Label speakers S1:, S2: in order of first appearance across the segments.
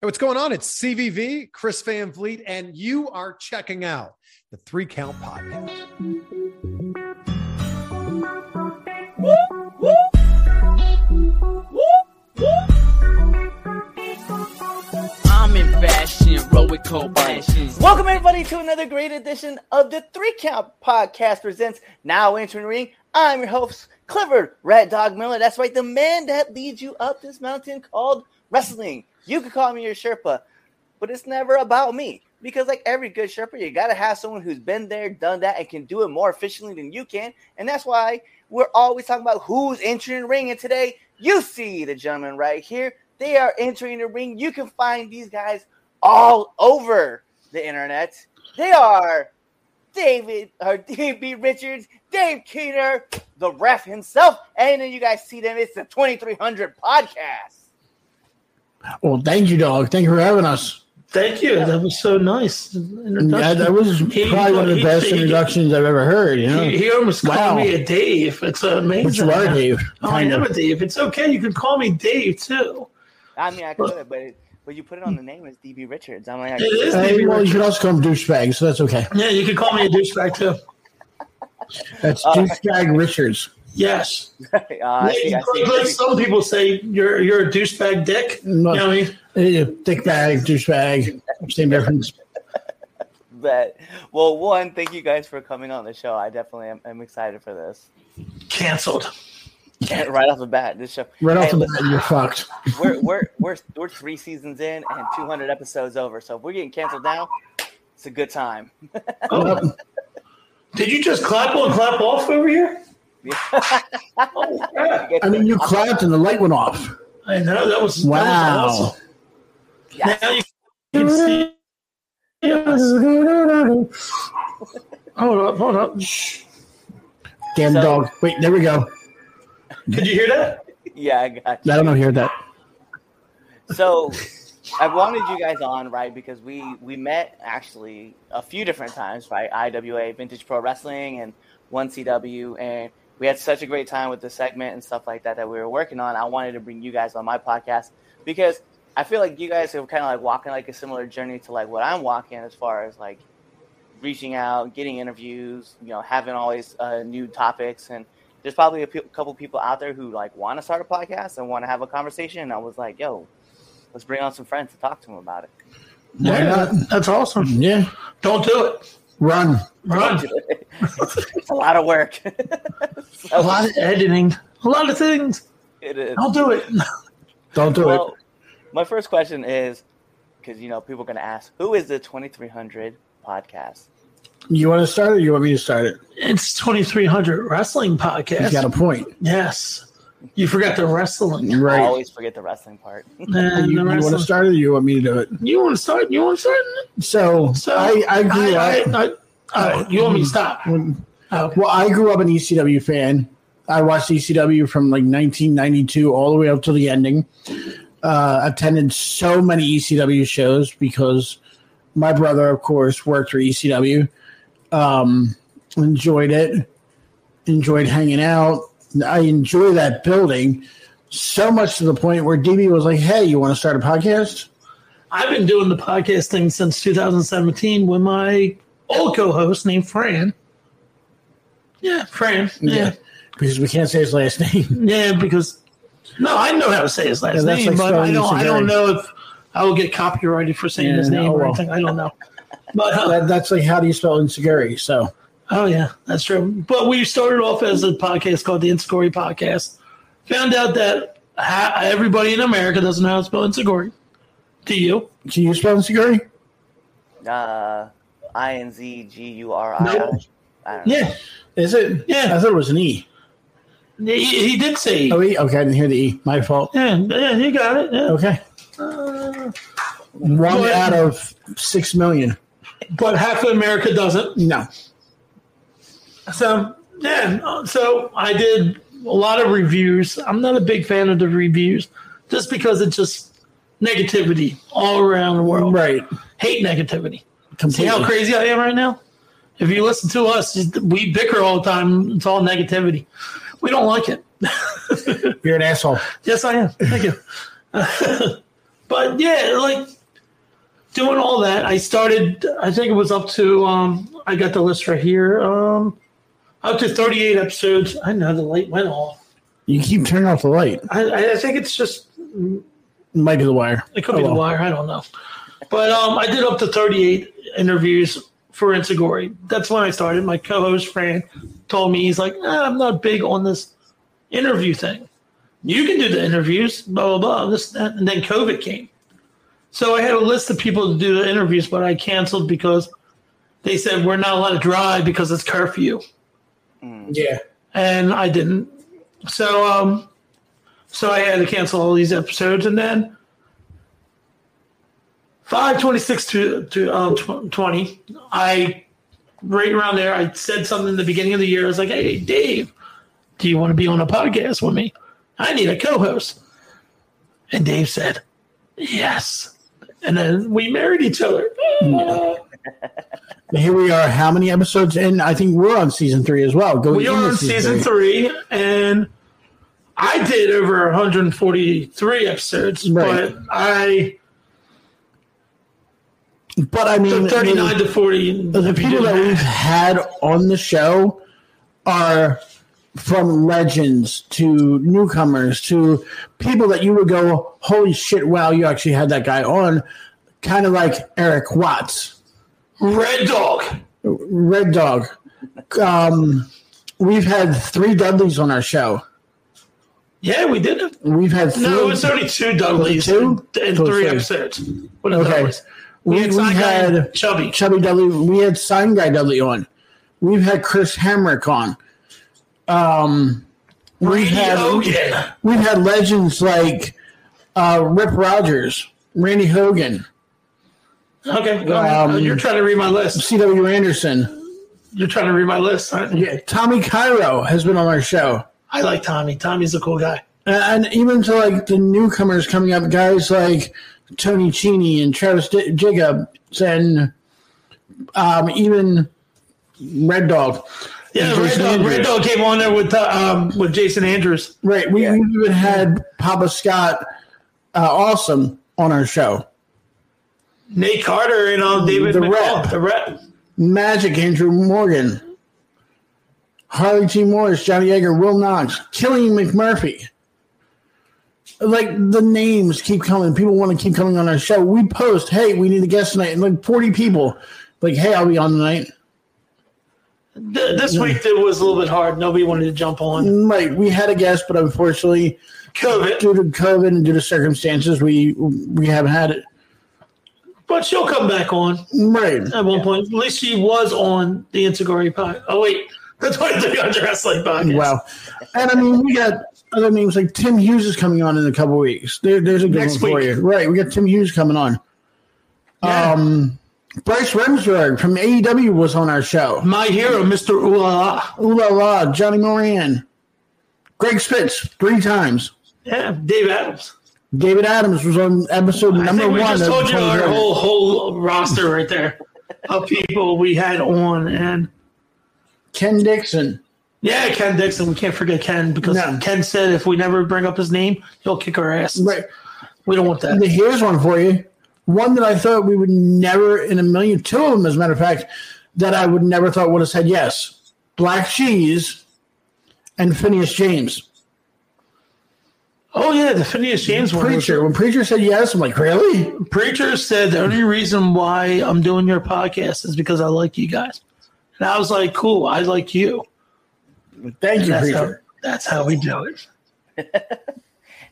S1: Hey, what's going on? It's CVV, Chris Van Vliet, and you are checking out the Three Count Podcast.
S2: I'm in fashion, roll with cold passion.
S3: Welcome everybody to another great edition of the Three Count Podcast presents Now Entering Ring. I'm your host, Clifford Rat Dog Miller. That's right, the man that leads you up this mountain called wrestling. You can call me your Sherpa, but it's never about me because, like every good Sherpa, you gotta have someone who's been there, done that, and can do it more efficiently than you can. And that's why we're always talking about who's entering the ring. And today, you see the gentleman right here. They are entering the ring. You can find these guys all over the internet. They are David or DB Richards, Dave Keener, the ref himself, and then you guys see them. It's the 2300 podcast.
S4: Well, thank you, dog. Thank you for having us.
S5: Thank you. That was so nice.
S4: That, that was
S5: He-
S4: probably one of the
S5: he-
S4: best
S5: he-
S4: introductions I've ever heard. You know,
S5: He, he almost
S4: Wow.
S5: called me a Dave. It's amazing.
S4: which you are, Dave.
S5: Oh, I
S4: Kind
S5: am
S4: of.
S5: a Dave. It's okay. You can call me Dave too.
S3: I mean, I could, but it, but you put it on the name as DB Richards. I'm like, I,
S5: It is
S4: Hey,
S5: Dave.
S4: well, you can also call him douchebag, so that's okay.
S5: yeah, you can call me a douchebag too.
S4: That's
S3: Uh,
S4: douchebag Richards.
S5: Yes.
S3: uh, I see, I see.
S5: Like some people say you're you're a douchebag dick.
S4: No.
S5: You know what I mean?
S4: Eh, Thick bag, douchebag, same difference.
S3: But well, one, thank you guys for coming on the show. I definitely am, am excited for this.
S5: Cancelled.
S3: right off the bat, this show.
S4: Right off
S3: Hey,
S4: the bat, you're fucked.
S3: we're we're we're we're three seasons in and 200 episodes over. So if we're getting canceled now, it's a good time.
S5: Oh. Did you just clap on, clap off over here? Oh, crap.
S4: I mean, you clapped and the light went off.
S5: I know that was That
S4: Wow.
S5: was awesome.
S3: Yeah.
S5: Now you can see. Yes. Hold up, hold up.
S4: Damn
S3: So-
S4: dog. Wait, there we go.
S5: Did you hear that?
S3: yeah, I got
S4: I don't know. Hear that?
S3: you. So I wanted you guys on right because we we met actually a few different times by IWA Vintage Pro Wrestling and One CW, and we had such a great time with the segment and stuff like that that we were working on. I wanted to bring you guys on my podcast because I feel like you guys are kind of like walking like a similar journey to like what I'm walking as far as like reaching out, getting interviews, you know, having always uh, new topics. And there's probably a pe- couple people out there who like want to start a podcast and want to have a conversation. And I was like, yo, let's bring on some friends to talk to them about it.
S4: Why not?
S5: That's awesome.
S4: Yeah.
S5: Don't do it.
S4: Run.
S5: Run.
S3: It's a lot of work. So,
S5: A lot of editing. A lot of things.
S3: it is.
S5: I'll do it.
S4: Don't do
S3: Well, my first question is because you know people are going to ask, who is the 2300 podcast?
S4: it. You want to start it? Or you want me to start it?
S5: It's 2300 Wrestling
S4: He's
S5: Podcast.
S4: got a point.
S5: yes. You forgot the wrestling.
S3: I
S4: Right.
S3: always forget the wrestling part.
S4: You,
S5: Man, the
S4: you want to
S5: wrestling.
S4: start it? Or you want me to do it?
S5: You want to start? You want to start?
S4: So,
S5: So
S4: I, I grew
S5: I,
S4: up.
S5: I, I- oh, you want me to stop? Oh,
S4: well, I grew up an ECW fan. I watched ECW from like 1992 all the way up to the ending. Uh, attended so many ECW shows because my brother, of course, worked for ECW. Um, enjoyed it. Enjoyed hanging out. I enjoy that building so much to the point where DB was like, "Hey, you want to start a podcast?"
S5: I've been doing the podcast thing since 2017 with my old co-host named Fran. Yeah, Fran. Yeah,
S4: because we can't say his last name.
S5: yeah. because no, I know how to say his last
S4: Yeah, that's
S5: name,
S4: like
S5: but I
S4: spelling
S5: don't. I
S4: Lisa
S5: don't
S4: Gary.
S5: know if I will get copyrighted for saying
S4: Yeah,
S5: his name
S4: oh,
S5: or
S4: well.
S5: anything. I don't know. But uh,
S4: that, that's like how do you spell Insiguri? So.
S5: oh yeah, that's true. But we started off as a podcast called the Insecurity Podcast. Found out that ha- everybody in America doesn't know how to spell Insecurity. Do you?
S4: Can you spell Insiguri?
S3: Uh, I N Z G U R I.
S5: No.
S3: I don't know.
S5: Yeah,
S4: Is it?
S5: Yeah.
S4: I thought it was an E.
S5: he, he did say.
S4: Oh, E? Okay, I didn't hear the E. My fault.
S5: Yeah, yeah, you got it. Yeah.
S4: Okay. Oh.
S5: Uh,
S4: One out
S5: ahead.
S4: of six million.
S5: but half of America doesn't.
S4: No.
S5: So yeah, so I did a lot of reviews. I'm not a big fan of the reviews, just because it's just negativity all around the world.
S4: Right.
S5: Hate negativity. See
S4: Completely.
S5: how crazy I am right now. If you listen to us, we bicker all the time. It's all negativity. We don't like it.
S4: You're an asshole.
S5: Yes, I am. Thank you. But yeah, like doing all that, I started. I think it was up to. Um, I got the list right here. Um, up to thirty-eight episodes. I know the light went off.
S4: You keep turning off the light.
S5: I- I, I think it's just
S4: It might be the wire.
S5: it could be the wire. I don't know. But um, I did up to 38 interviews for Insigori. That's when I started. My co-host Fran told me he's like, "Eh, I'm not big on this interview thing. You can do the interviews, blah blah blah, this that, and then COVID came. So I had a list of people to do the interviews, but I canceled because they said we're not allowed to drive because it's curfew
S4: Yeah.
S5: and I didn't. So um, so I had to cancel all these episodes, and then five twenty six to to um, tw- twenty, I right around there, I said something in the beginning of the year. I was like, "Hey, Dave, do you want to be on a podcast with me? I need a co-host." And Dave said, "Yes." And then we married each other.
S4: Mm. Here we are. How many episodes in? I think we're on season three as well. Going
S5: We are
S4: into
S5: on season three, and I did over 143 episodes,
S4: Right.
S5: but I
S4: But I mean,
S5: the 39 to 40.
S4: Mm, the, the people that we've had on the show are from legends to newcomers to people that you would go, holy shit, wow, you actually had that guy on. Kind of like Eric Watts.
S5: Red Dog.
S4: Red Dog. Um, we've had three Dudleys on our show.
S5: Yeah, we did it.
S4: We've had three.
S5: No, it was only two Dudleys
S4: two?
S5: and, and
S4: Oh,
S5: three
S4: three.
S5: episodes. What
S4: Okay.
S5: okay.
S4: we,
S5: We,
S4: we
S5: had,
S4: had
S5: Chubby.
S4: Chubby Dudley. We had Sign Guy Dudley on. We've had Chris Hamrick on. Um, we
S5: Randy
S4: had
S5: Hogan.
S4: we've had legends like uh, Rip Rogers, Randy Hogan,
S5: Okay, go ahead.
S4: Um,
S5: you're trying to read my list.
S4: C.W. Anderson,
S5: You're trying to read my list. I,
S4: yeah, Tommy Cairo has been on our show.
S5: I like Tommy. Tommy's a cool guy.
S4: and even to like the newcomers coming up, guys like Tony Cheney and Travis D- Jacobs, and um, even Red Dog.
S5: Yeah,
S4: Jason
S5: Red Dog, Red
S4: Andrews.
S5: Dog came on there with uh, um, with Jason Andrews.
S4: Right, we we even had Papa Scott, uh, awesome on our show.
S5: Nate Carter and um, David
S4: The
S5: the McCall.
S4: Rep.
S5: The rep.
S4: Magic Andrew Morgan, Harley T. Morris, Johnny Egger, Will Knox, Killing McMurphy. Like the names keep coming. People want to keep coming on our show. We post, hey, we need a guest tonight. And like 40 people, like, hey, I'll be on tonight.
S5: Th- this week it was a little bit hard. Nobody wanted to jump on
S4: And, Like, we had a guest, but unfortunately,
S5: COVID,
S4: due to COVID and due to circumstances, we we haven't had it.
S5: but she'll come back on
S4: Right.
S5: at one point. At least she was on the Insigori pod. Oh wait, the Twenty Three Hundred Wrestling podcast.
S4: Wow. And I mean, we got other names like Tim Hughes is coming on in a couple weeks. There, there's a good
S5: Next
S4: one for
S5: week.
S4: you. Right. We got Tim Hughes coming on.
S5: Yeah.
S4: Um, Bryce Remsberg from AEW was on our show.
S5: my hero, Mister Ooh La La.
S4: Ooh la la, Johnny Moran, Greg Spitz three times.
S5: Yeah, Dave Adams.
S4: David Adams was on episode
S5: I
S4: number
S5: think we
S4: one.
S5: just
S4: of
S5: told you our
S4: 27.
S5: whole whole roster right there of people we had on, and
S4: Ken Dixon.
S5: yeah, Ken Dixon. We can't forget Ken because
S4: No.
S5: Ken said if we never bring up his name, he'll kick our ass.
S4: Right.
S5: We don't want that.
S4: And Here's one for you. One that I thought we would never in a million, two of them, as a matter of fact, that I would never thought would have said yes. Black Cheese and Phineas James.
S5: Oh yeah, the Phineas James one. was-
S4: Preacher. When Preacher said yes, I'm like, really?
S5: Preacher said the only reason why I'm doing your podcast is because I like you guys. And I was like, cool, I like you.
S4: Thank you,
S5: That's how,
S4: Preacher.
S5: that's how we do it.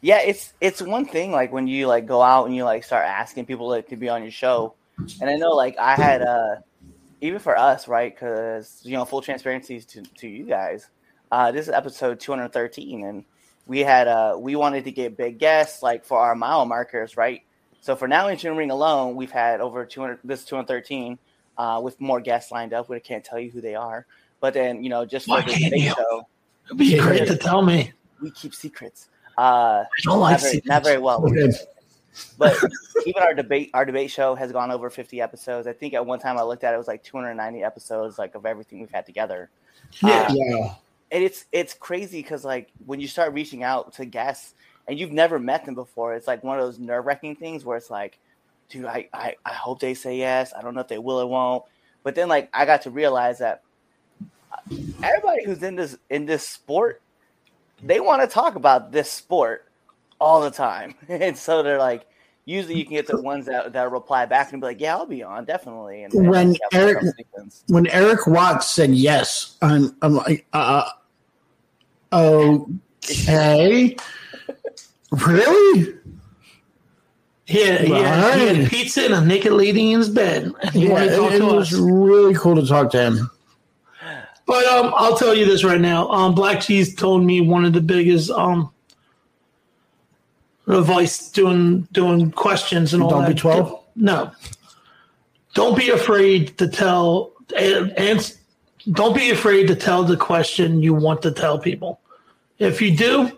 S3: yeah it's it's one thing like when you like go out and you like start asking people like, to be on your show and i know like i had uh even for us right because you know full transparency to, to you guys uh this is episode 213 and we had uh we wanted to get big guests like for our mile markers right so for now engineering alone we've had over 200 this is 213 uh with more guests lined up we can't tell you who they are but then you know just for
S5: Why
S3: this
S5: can't
S3: big
S5: you?
S3: show
S5: It'd be
S4: Yeah.
S5: great to tell me.
S3: we keep secrets uh
S5: I don't like
S3: not very,
S5: secrets.
S3: not very well
S4: Okay.
S3: but even our debate our debate show has gone over 50 episodes i think at one time i looked at it, it was like 290 episodes like of everything we've had together
S5: Yeah.
S3: Uh,
S4: Yeah.
S3: and it's it's crazy because like when you start reaching out to guests and you've never met them before, it's like one of those nerve wracking things where it's like, dude, I, I, I hope they say yes. I don't know if they will or won't. But then like I got to realize that uh, everybody who's in this in this sport, they want to talk about this sport all the time. and so they're like usually you can get the ones that, that reply back and be like, Yeah, I'll be on, definitely. And and
S4: When
S3: that's how
S4: Eric-
S3: conversations-
S4: when Eric Watts said yes, I'm I'm like uh okay. really?
S5: He had, he, had, he
S4: Right.
S5: had pizza and a naked lady in his bed. And he
S4: Yeah,
S5: wanted to talk
S4: it, it
S5: to
S4: was
S5: us.
S4: really cool to talk to him.
S5: But um, I'll tell you this right now. Um, Black Cheese told me one of the biggest um advice doing doing questions and all
S4: Don't be
S5: that.
S4: 12?
S5: No. Don't be afraid to tell and, and don't be afraid to tell the question you want to tell people. If you do,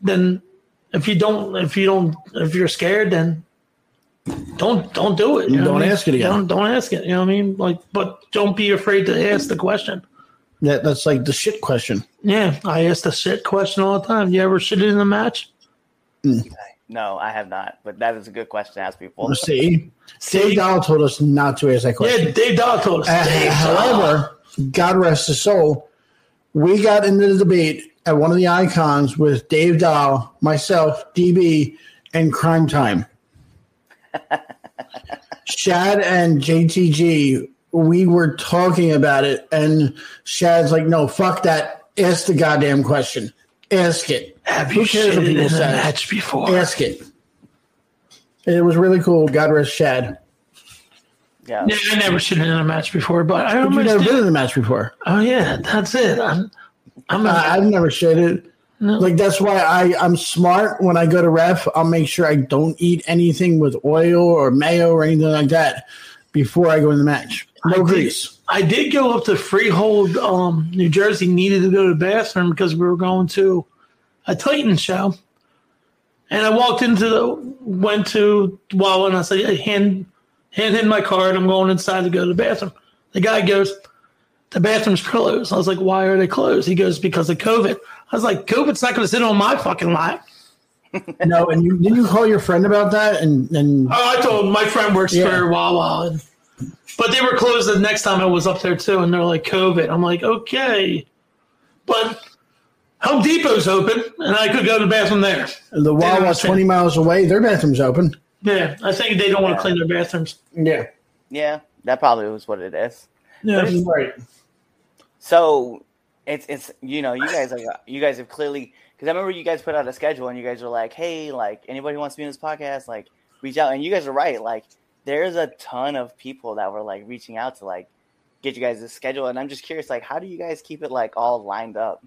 S5: then if you don't if you don't if you're scared then don't don't do it. you know
S4: Don't
S5: what I mean?
S4: ask it again.
S5: Don't don't ask it. You know what I mean? Like but don't be afraid to ask the question.
S4: That that's like the shit question.
S5: Yeah, I ask the shit question all the time. You ever shit in a match?
S3: No, I have not. But that is a good question to ask people.
S4: Let's see. Dave Doll told us not to ask that question.
S5: Yeah, Dave Dahl told us.
S4: Uh,
S5: Dave Dahl.
S4: however, God rest his soul, we got into the debate at one of the icons with Dave Dahl, myself, DB, and Crime Time. Shad and JTG, we were talking about it, and Shad's like, no, fuck that. Ask the goddamn question. Ask it.
S5: have you shit in a
S4: say?
S5: match before?
S4: Ask it. It was really cool. God rest Shad.
S3: Yeah.
S5: Yeah, I never shit in a match before, but I
S4: You've
S5: remember.
S4: never been in a match before.
S5: oh yeah, that's it. I'm, I'm
S4: Uh, I've never shitted.
S5: No.
S4: Like that's why I I'm smart when I go to ref. I'll make sure I don't eat anything with oil or mayo or anything like that before I go in the match. No
S5: I did-
S4: grease.
S5: I did go up to Freehold, um, New Jersey. Needed to go to the bathroom because we were going to a Titan show, and I walked into the went to Wawa and I said, "Hey, "Hand hand him my card. I'm going inside to go to the bathroom." The guy goes, "The bathroom's closed." I was like, "Why are they closed?" He goes, "Because of COVID." I was like, "COVID's not going to sit on my fucking lap."
S4: No, and you did you call your friend about that and and
S5: Oh, I told my friend works
S4: Yeah.
S5: for Wawa, and, but they were closed the next time I was up there too, and they're like COVID. I'm like, okay, but Home Depot's open, and I could go to the bathroom there.
S4: the Wawa
S5: understand.
S4: twenty miles away, their bathroom's open.
S5: Yeah, I think they don't want to clean their bathrooms.
S4: Yeah,
S3: Yeah. That probably was what it is.
S5: Yeah,
S4: right.
S3: So it's it's you know you guys are you guys have clearly because I remember you guys put out a schedule and you guys were like, hey, like anybody who wants to be in this podcast, like reach out. And you guys are right, like there's a ton of people that were like reaching out to like get you guys this schedule. And I'm just curious, like how do you guys keep it like all lined up?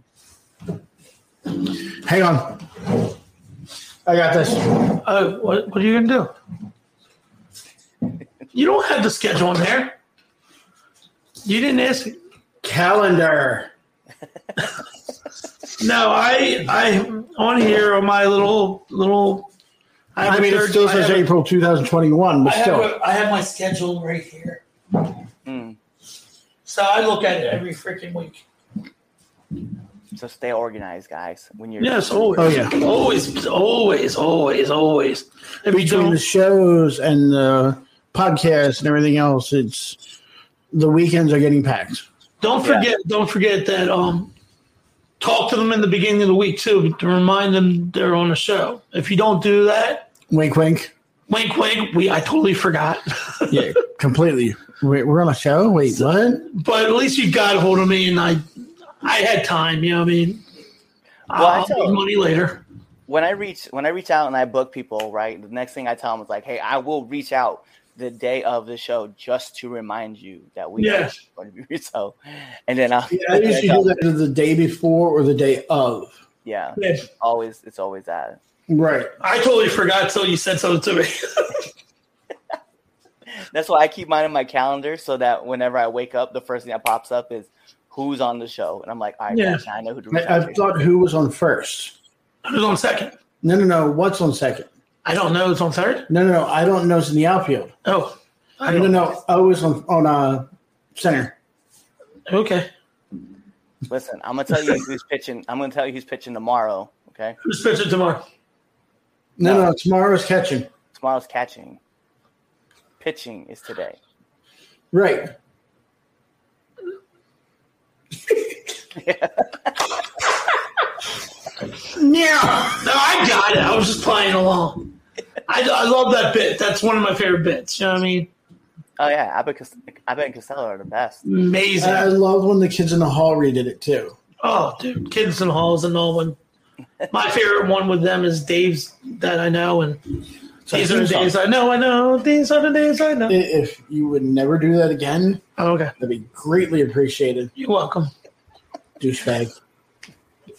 S4: Hang on, I got this.
S5: uh, what, what are you gonna do? You don't have the schedule in there. You didn't ask.
S4: Calendar.
S5: No, I I on here on my little little. have
S4: I
S5: a
S4: mean, it
S5: third-
S4: still
S5: I
S4: says
S5: have a-
S4: April two thousand twenty one, but
S5: I have,
S4: still.
S5: a, I have my schedule right here.
S3: Hmm.
S5: So I look at it every freaking week.
S3: So stay organized, guys. When you're
S5: Yes, always.
S4: Oh, yeah.
S5: Always, always, always, always. If you
S4: between the
S5: don't,
S4: shows and the podcast and everything else, it's the weekends are getting packed.
S5: don't forget, don't forget that um talk to them in the beginning of the week too to remind them they're on a show. If you don't do that,
S4: Wink, wink.
S5: wink wink, we I totally forgot.
S4: Yeah, completely. Wait, we're on a show. Wait, what?
S5: but at least you got a hold of me and I I had time, you know what I mean?
S3: Well, I
S5: I'll
S3: tell-
S5: make money later.
S3: when I reach when I reach out and I book people, right? The next thing I tell them is like, "Hey, I will reach out the day of the show just to remind you that we
S5: Yeah.
S3: are going to be so." And then I'll,
S4: I usually do that the day before or the day of.
S3: yeah,
S5: Yeah.
S3: always it's always that.
S4: Right.
S5: I totally forgot till you said something to me.
S3: That's why I keep mine in my calendar so that whenever I wake up, the first thing that pops up is who's on the show, and I'm like, "All right,
S5: Yeah.
S3: gotcha, I know who to reach
S4: I,
S3: out
S4: I
S3: to."
S4: thought who was on first.
S5: Who's on second?
S4: No, no, no. What's on second?
S5: I don't know. It's on third.
S4: No, no, no. I don't know. It's in the outfield.
S5: Oh, I
S4: No,
S5: don't
S4: no, no. I was on on uh, center.
S5: Oh, Okay.
S3: Listen, I'm gonna tell you who's pitching. I'm gonna tell you who's pitching tomorrow. Okay,
S5: Who's pitching tomorrow?
S4: No, no, tomorrow's catching.
S3: Tomorrow's catching. Pitching is today.
S4: Right.
S5: Yeah. No, I got it. I was just playing along. I, I love that bit. That's one of my favorite bits. You know what I mean?
S3: Oh yeah, Abbott, Cos- Abbott and Costello are the best.
S5: Amazing.
S4: I love when the kids in the hall redid it too.
S5: oh, dude. Kids and Hall's and all one. My favorite one with them is Dave's that I know. And these are the days I know, I know. These are the days I know.
S4: I- If you would never do that again,
S5: Oh, okay.
S4: that'd be greatly appreciated,
S5: You're welcome.
S4: douchebag.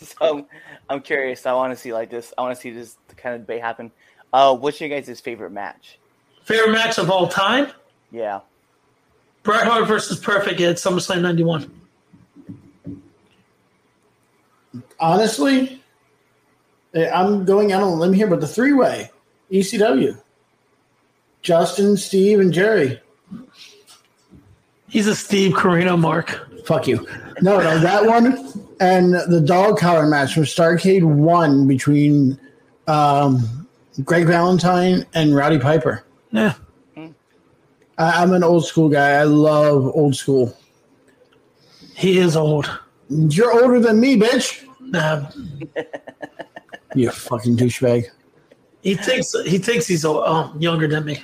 S3: So I'm curious. I want to see like this. I want to see this kind of debate happen. Uh, what's your guys' favorite match?
S5: Favorite match of all time?
S3: Yeah,
S5: Bret Hart versus Perfect at SummerSlam 91.
S4: Honestly, eh, I'm going out on a limb here, but the three way ECW Justin, Steve, and Jerry.
S5: He's a Steve Carino mark.
S4: Fuck you. No, no, that one and the dog collar match from Starcade 1 between um, Greg Valentine and Rowdy Piper.
S5: Yeah.
S4: I, I'm an old school guy. I love old school.
S5: He is old.
S4: You're older than me, bitch.
S5: Nah,
S4: You fucking douchebag.
S5: he thinks he thinks he's old, oh, younger than me.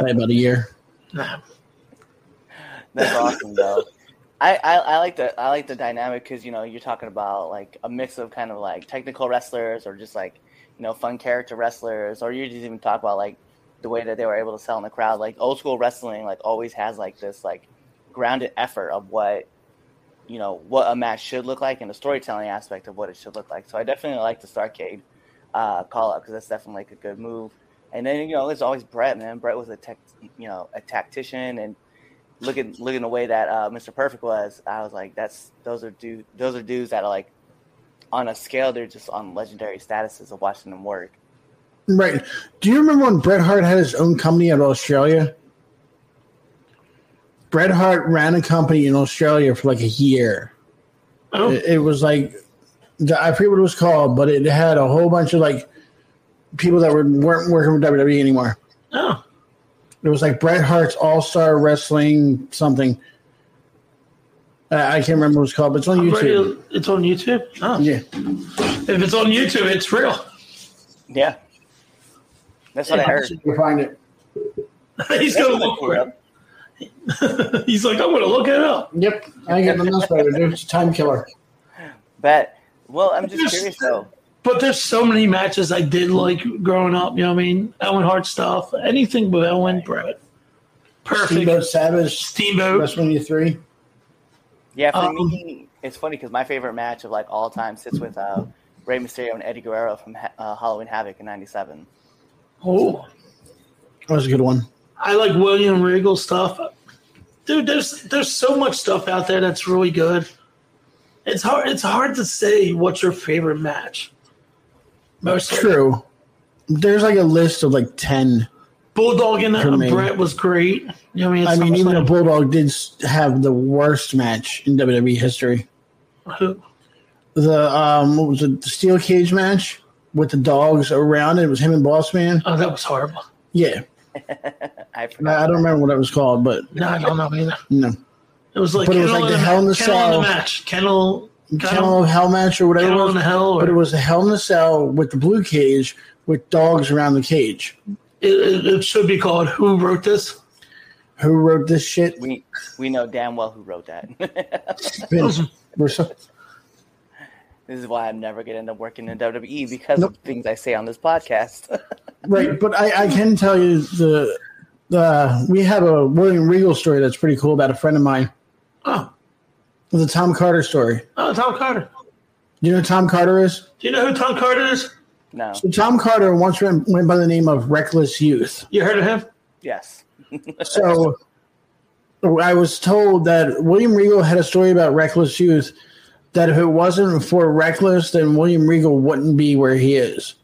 S4: By about a year.
S5: Nah.
S3: that's awesome though. I, I, I like the I like the dynamic because you know you're talking about like a mix of kind of like technical wrestlers or just like you know fun character wrestlers or you just even talk about like the way that they were able to sell in the crowd like old school wrestling like always has like this like grounded effort of what you know what a match should look like and the storytelling aspect of what it should look like. So I definitely like the Starcade uh, call up because that's definitely like a good move. And then you know there's always Brett man. Brett was a tech you know a tactician and looking looking the way that uh, Mr. Perfect was. I was like that's those are dude those are dudes that are like on a scale they're just on legendary statuses of watching them work.
S4: Right. Do you remember when Bret Hart had his own company out of Australia? Bret Hart ran a company in Australia for like a year.
S5: Oh.
S4: It, it was like, the- I forget what it was called, but it had a whole bunch of like people that were, weren't working with WWE E anymore.
S5: Oh.
S4: It was like Bret Hart's All Star Wrestling something. I, I can't remember what it was called, but it's on
S5: I'm
S4: YouTube.
S5: ready- It's on YouTube. Oh.
S4: Yeah.
S5: If it's on YouTube, it's real.
S3: Yeah, that's what I heard.
S4: You find it.
S5: He's gonna look for it. He's like, I'm gonna look it up.
S4: Yep. I got nothing else better to do. It's a time killer.
S3: But well, I'm just
S5: Yes.
S3: curious though.
S5: But there's so many matches I did like growing up. You know what I mean? Owen Hart stuff, anything with Owen Brett. Perfect.
S4: Steamboat Savage,
S5: Steamboat.
S4: WrestleMania 3.
S3: Yeah, for
S5: Um,
S3: me, it's funny because my favorite match of like all time sits with uh, Rey Mysterio and Eddie Guerrero from Ha- uh, Halloween Havoc in '97.
S5: Oh.
S4: That was a good one.
S5: I like William Regal stuff. Dude, there's there's so much stuff out there that's really good. It's hard it's hard to say what's your favorite match. Most
S4: True. There's like a list of like 10.
S5: Bulldog and uh,
S4: For me.
S5: Brett was great. You know what I mean?
S4: I mean, even a
S5: SummerSlam.
S4: Bulldog did s- have the worst match in WWE history. The, um, what was it, the steel cage match with the dogs around it. It was him and Boss Man.
S5: oh, that was horrible.
S4: Yeah.
S3: I
S4: I I
S3: forgot.
S4: don't remember what that was called, but
S5: No, I don't know either.
S4: no.
S5: It was like
S4: But it was
S5: Kennel
S4: like
S5: in
S4: the Hell in the
S5: Kennel
S4: Cell.
S5: match. Kennel, Kennel,
S4: Kennel of Hell match or whatever.
S5: Kennel
S4: it
S5: in the
S4: was.
S5: Hell. Or,
S4: But it was a Hell in a Cell with the blue cage with dogs around the cage.
S5: it, it, it should be called Who Wrote This?
S4: Who wrote this shit?
S3: We we know damn well who wrote that.
S4: Vince. Russo.
S3: this is why I'm never gonna end up working in WWE because
S4: Nope.
S3: of things I say on this podcast.
S4: Right, but I, I can tell you the the we have a William Regal story that's pretty cool about a friend of mine.
S5: Oh,
S4: The Tom Carter story.
S5: oh, Tom Carter.
S4: You know who Tom Carter is?
S5: Do you know who Tom Carter is?
S3: no,
S4: So Tom Carter once went, went by the name of Reckless Youth.
S5: You heard of him?
S3: yes,
S4: So I was told that William Regal had a story about Reckless Youth that if it wasn't for Reckless, then William Regal wouldn't be where he is.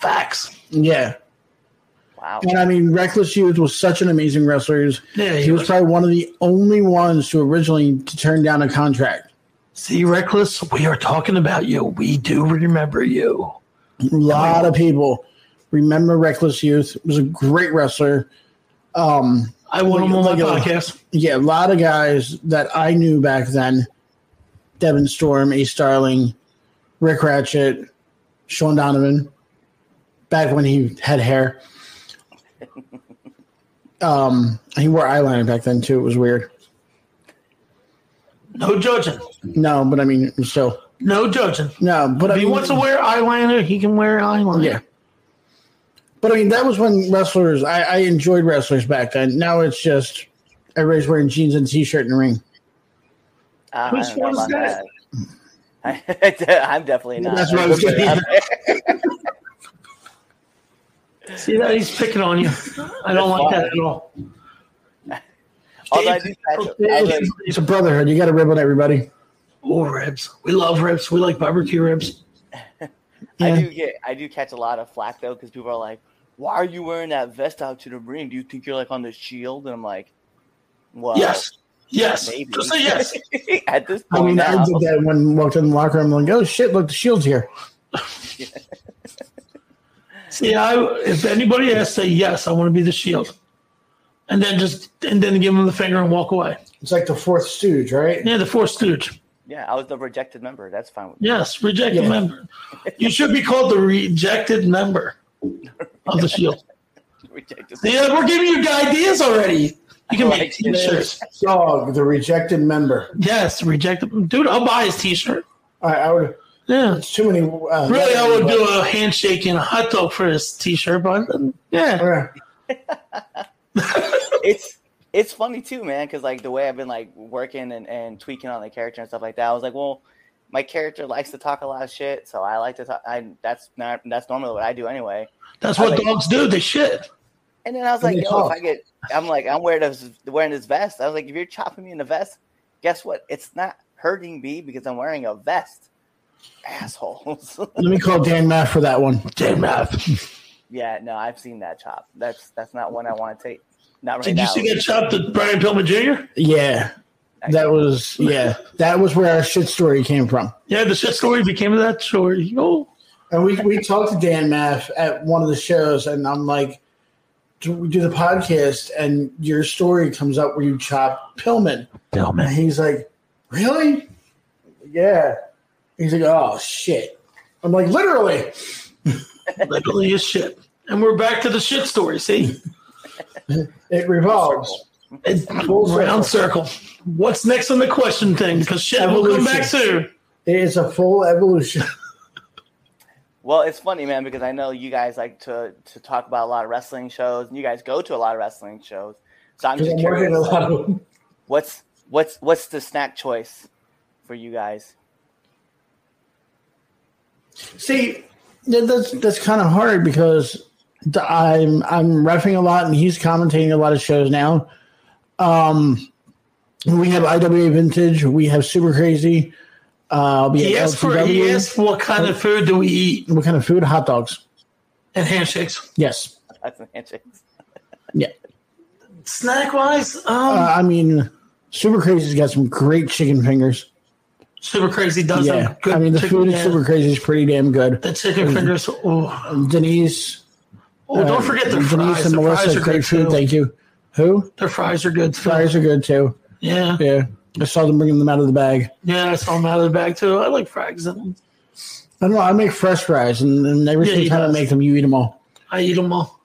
S5: Facts.
S4: Yeah.
S3: wow,
S4: And I mean, Reckless Youth was such an amazing wrestler. He was,
S5: Yeah,
S4: he was probably one of the only ones to originally to turn down a contract.
S5: See, Reckless, we are talking about you. We do remember you.
S4: A lot of people remember Reckless Youth. Was a great wrestler. Um,
S5: I want
S4: Like-
S5: him on my
S4: like a-
S5: podcast.
S4: yeah, a lot of guys that I knew back then: Devin Storm, Ace Starling, Rick Ratchet, Sean Donovan. Back when he had hair, um, he wore eyeliner back then too. It was weird.
S5: No judging.
S4: No, but I mean, so
S5: No judging.
S4: no, but I
S5: If he
S4: mean,
S5: wants to wear eyeliner, he can wear eyeliner.
S4: Yeah. But I mean, that was when wrestlers, I, I enjoyed wrestlers back then. Now it's just everybody's wearing jeans and t shirt in the ring.
S3: Ah, I,
S5: Which
S3: I don't know
S5: one is
S3: about that. I, am definitely not.
S4: That's what I was getting at.
S5: See that he's picking on you. I don't like that at all.
S3: Although I do catch it.
S4: It's a brotherhood. You got to rib on everybody.
S5: Oh, ribs. We love ribs. We like barbecue ribs.
S3: I
S4: Yeah.
S3: do get I do catch a lot of flack though because people are like, "Why are you wearing that vest out to the ring? Do you think you're like on the shield?" And I'm like, "Well,
S5: Yes. Yes.
S3: maybe."
S5: Just say yes.
S3: At this
S4: I
S5: Oh,
S3: point,
S4: mean,
S3: now,
S4: I did that when walked in the locker room, like, oh shit, look, the shield's here.
S5: See, I if anybody asks, say yes. I want to be the shield, and then just and then give him the finger and walk away.
S4: It's like the fourth stooge, right?
S5: Yeah, the fourth stooge.
S3: yeah, I was the rejected member. That's fine. With me.
S5: Yes, rejected
S4: Yeah.
S5: member. You should be called the rejected member of the shield.
S3: Rejected.
S5: See, uh, we're giving you ideas already. You can make
S3: Like this.
S5: t-shirts.
S4: Dog, the rejected member.
S5: Yes, rejected. Dude, I'll buy his t-shirt.
S4: I, I would,
S5: Yeah.
S4: it's too many. Uh,
S5: Really, I would do a handshake and a hot dog for his t-shirt, but um, yeah.
S4: Yeah.
S3: It's it's funny too, man, because like the way I've been like working and, and tweaking on the character and stuff like that, I was like, well, my character likes to talk a lot of shit, so I like to talk. I that's not that's normally what I do anyway.
S5: That's what
S3: I like-
S5: dogs do. They shit.
S3: And then I was
S4: And
S3: like,
S4: they
S3: yo, if
S4: talk.
S3: I get, I'm like, I'm wearing this, wearing this vest. I was like, if you're chopping me in a vest, guess what? It's not hurting me because I'm wearing a vest. Assholes.
S4: Let me call Dan Maff for that one. Dan Maff.
S3: yeah, no, I've seen that chop. That's that's not one I want to take. Not right
S5: Did
S3: now.
S5: you see that shot to Brian Pillman Jr.?
S4: yeah. That was, yeah. That was where our shit story came from.
S5: Yeah, the shit story became that story. Oh,
S4: And we, we talked to Dan Maff at one of the shows, and I'm like, do we do the podcast? And your story comes up where you chop Pillman. And
S5: Pillman.
S4: he's like, Really? Yeah. He's like, Oh, shit. I'm like, Literally.
S5: Literally is shit. And we're back to the shit story. See,
S4: It revolves.
S5: it's
S4: Full circle.
S5: round circle. What's next on the question thing? Because shit will come back soon.
S4: It is a full evolution.
S3: Well, it's funny, man, because I know you guys like to to talk about a lot of wrestling shows, and you guys go to a lot of wrestling shows. So I'm
S4: Because
S3: just
S4: I'm working
S3: curious,
S4: a
S3: like,
S4: lot of them.
S3: what's what's what's the snack choice for you guys?
S4: See, that- that's that's kind of hard because the- I'm I'm refing a lot and he's commentating a lot of shows now. Um, we have IWA Vintage, we have Super Crazy. Uh, I'll be
S5: He
S4: at
S5: asked for
S4: LCW.
S5: he asked what kind of food do we eat
S4: What kind of food? Hot dogs.
S5: and handshakes.
S4: Yes.
S3: That's an handshake.
S4: Yeah.
S5: Snack wise, um,
S4: Uh, I mean, Super Crazy's got some great chicken fingers.
S5: super crazy does
S4: Yeah.
S5: have good.
S4: I mean, the
S5: chicken,
S4: food at
S5: yeah.
S4: Super Crazy is pretty damn good. Um,
S5: The chicken fingers. Oh,
S4: Denise.
S5: oh
S4: uh,
S5: don't forget the
S4: Denise
S5: fries.
S4: and
S5: The fries
S4: Melissa,
S5: are
S4: great
S5: good
S4: food.
S5: too.
S4: Thank you. Who?
S5: Their fries are good too.
S4: Fries are good too.
S5: Yeah,
S4: Yeah. I saw them bringing them out of the bag.
S5: yeah. I saw them out of the bag too. I like fries. in them.
S4: I don't know. I make fresh fries, and, and every
S5: Yeah,
S4: single
S5: he
S4: time
S5: does.
S4: I make them, you eat them all.
S5: I eat them all.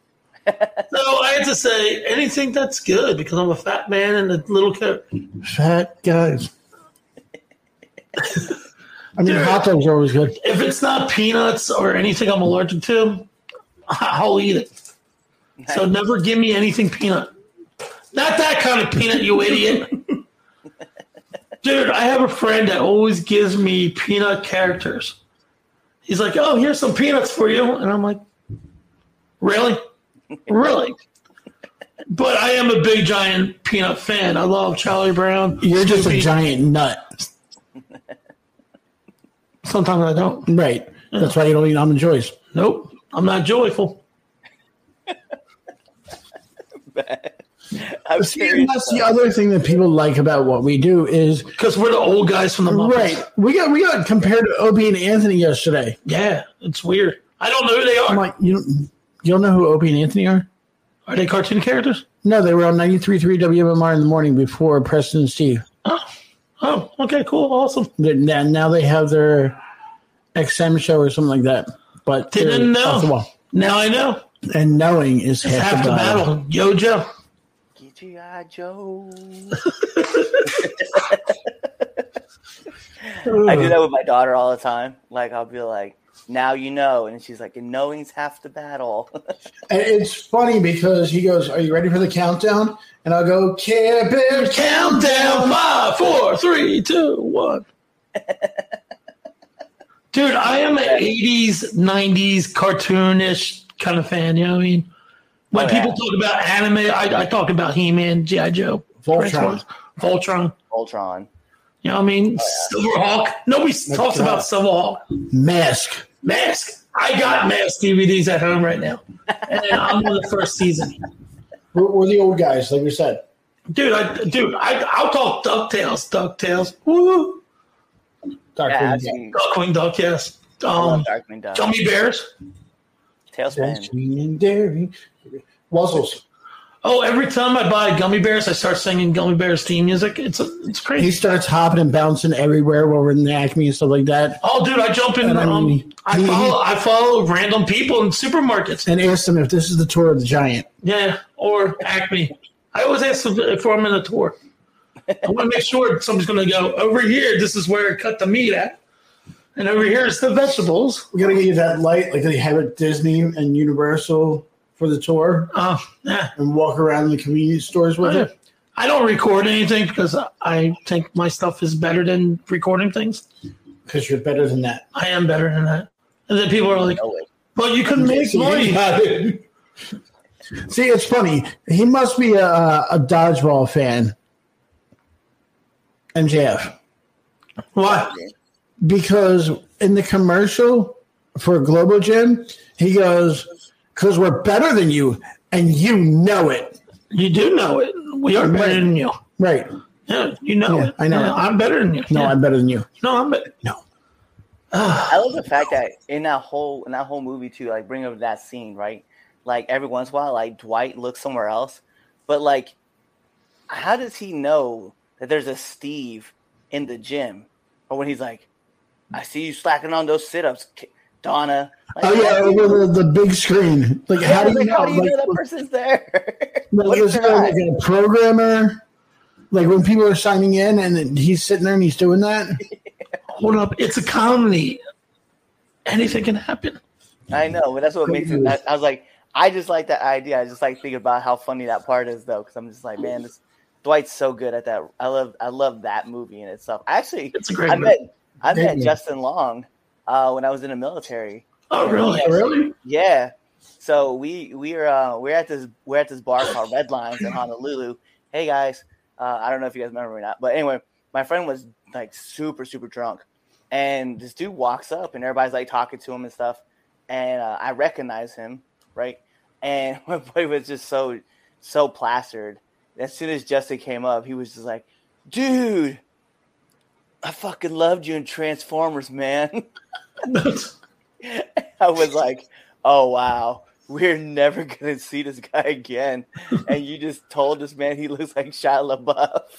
S5: no, I have to say anything that's good because I'm a fat man and a little kid.
S4: Fat guys. I mean,
S5: Dude.
S4: hot dogs are always good.
S5: If it's not peanuts or anything I'm allergic to, I'll eat it. So never give me anything peanut. Not that kind of peanut, you idiot. Dude, I have a friend that always gives me peanut characters. He's like, "Oh, here's some peanuts for you," and I'm like, "Really, really?" But I am a big giant peanut fan. I love Charlie Brown.
S4: You're just a
S5: Snoopy.
S4: giant nut,
S5: Sometimes I don't.
S4: right? That's why you don't eat almond joys.
S5: Nope, I'm not joyful.
S3: I'm
S4: See, and
S3: serious.
S4: that's the other thing that people like about what we do is
S5: because we're the old guys from the Muppets.
S4: right. We got we got compared to Opie and Anthony yesterday.
S5: Yeah, it's weird. I don't know who they are.
S4: I'm like, you don't- you don't know who Opie and Anthony are?
S5: are they cartoon characters?
S4: No, they were on 93.3 WMMR in the morning before Preston and Steve.
S5: Oh, okay, cool, awesome.
S4: They're- now now they have their XM show or something like that. But they're
S5: Didn't know.
S4: off the wall.
S5: Now I know.
S4: And knowing is
S5: It's
S4: half, the battle.
S5: Yo, Joe.
S3: G.I. Joe. I do that with my daughter all the time. Like I'll be like, "Now you know," and she's like, "Knowing's half the battle."
S4: And it's funny because he goes, "Are you ready for the countdown?" And I'll go, "Care Bear,
S5: Countdown five, four, three, two, one. Dude, I am an 80s, 90s cartoonish kind of fan. You know what I mean? When
S3: Oh, yeah.
S5: people talk about anime, I, I talk about He Man, G.I. Joe, Transformers, Voltron.
S3: Ultron.
S5: You know what I mean?
S3: Oh,
S5: Silverhawk. Nobody talks
S4: God.
S5: about Silverhawk.
S4: Mask."
S5: Mask. I got Mask DVDs at home right now. And then I'm on the first season.
S4: We're, we're the old guys, like we said.
S5: Dude, I, dude, I, I'll talk DuckTales, DuckTales. Woo!
S4: Doctor
S3: Yeah, I've
S4: Who.
S3: seen-
S5: Duckwing Duck, yes.
S3: I love
S5: Um,
S3: Darkwing Duck.
S5: Gummy Bears.
S3: Tailspin.
S4: Dancing and daring. Wuzzles.
S5: Oh, every time I buy Gummy Bears, I start singing Gummy Bears theme music. It's it's
S4: He
S5: crazy.
S4: starts hopping and bouncing everywhere while we're in the Acme and stuff like that,
S5: Oh, dude, I jump in.
S4: And I
S5: um,
S4: mean,
S5: I
S4: he-
S5: follow I follow random people in supermarkets.
S4: and ask them if this is the tour of the giant.
S5: Yeah, or Acme. I always ask if- if I'm in a tour. I want to make sure somebody's going to go over here. This is where I cut the meat at, and over here is the vegetables.
S4: We gotta get you that light, like they have at Disney and Universal for the tour,
S5: Uh, yeah.
S4: and walk around the convenience stores
S3: Oh,
S4: with it.
S5: I don't record anything because I think my stuff is better than recording things.
S4: Because you're better than that.
S5: I am better than that. And then people are like,
S3: No way.
S5: "But you can make money."
S4: See, it's funny. He must be a, a dodgeball fan. MJF,
S5: Why?
S4: because in the commercial for Global Gym, he goes, "Because we're better than you, and you know it."
S5: You do know it. We are better than you.
S4: Right?
S5: Yeah, you know
S4: Yeah,
S5: it.
S4: I know
S5: Yeah,
S4: it.
S5: I'm better than you.
S4: No,
S5: Yeah.
S4: I'm better than you.
S5: no, I'm Ah. better.
S4: No.
S3: I love the fact that in that whole in that whole movie too, like bring up that scene, right? Like every once in a while, like Dwight looks somewhere else, but like, how does he know that there's a Steve in the gym, or when he's like, "I see you slacking on those sit-ups, K- Donna." Like,
S4: Oh yeah, over the, the big screen. Like, how do you
S3: like,
S4: know?
S3: how do you
S4: Like,
S3: know that person's there?
S4: Like,
S3: What
S4: is
S3: is
S4: there like
S3: that?
S4: a programmer? Like when people are signing in and he's sitting there and he's doing that.
S5: Hold up. It's a comedy. Anything can happen.
S3: I know, but that's what makes it. I, I was like, I just like that idea. I just like thinking about how funny that part is, though, because I'm just like, man, this, Dwight's so good at that. I love, I love that movie in itself. Actually,
S5: It's a great
S3: I
S5: movie.
S3: met, I met
S4: Thank you.
S3: Justin Long uh, when I was in the military.
S5: Oh, really?
S3: Yeah.
S5: Really?
S3: Yeah. So we we are uh, we're at this we're at this bar called Red Lines in Honolulu. Hey guys, uh, I don't know if you guys remember or not, but anyway, my friend was like super super drunk, and this dude walks up and everybody's like talking to him and stuff, and uh, I recognize him right, and my boy was just so so plastered. As soon as Justin came up, he was just like, "Dude, I fucking loved you in Transformers, man." I was like, oh wow, we're never gonna see this guy again. And you just told this man he looks like Shia LaBeouf.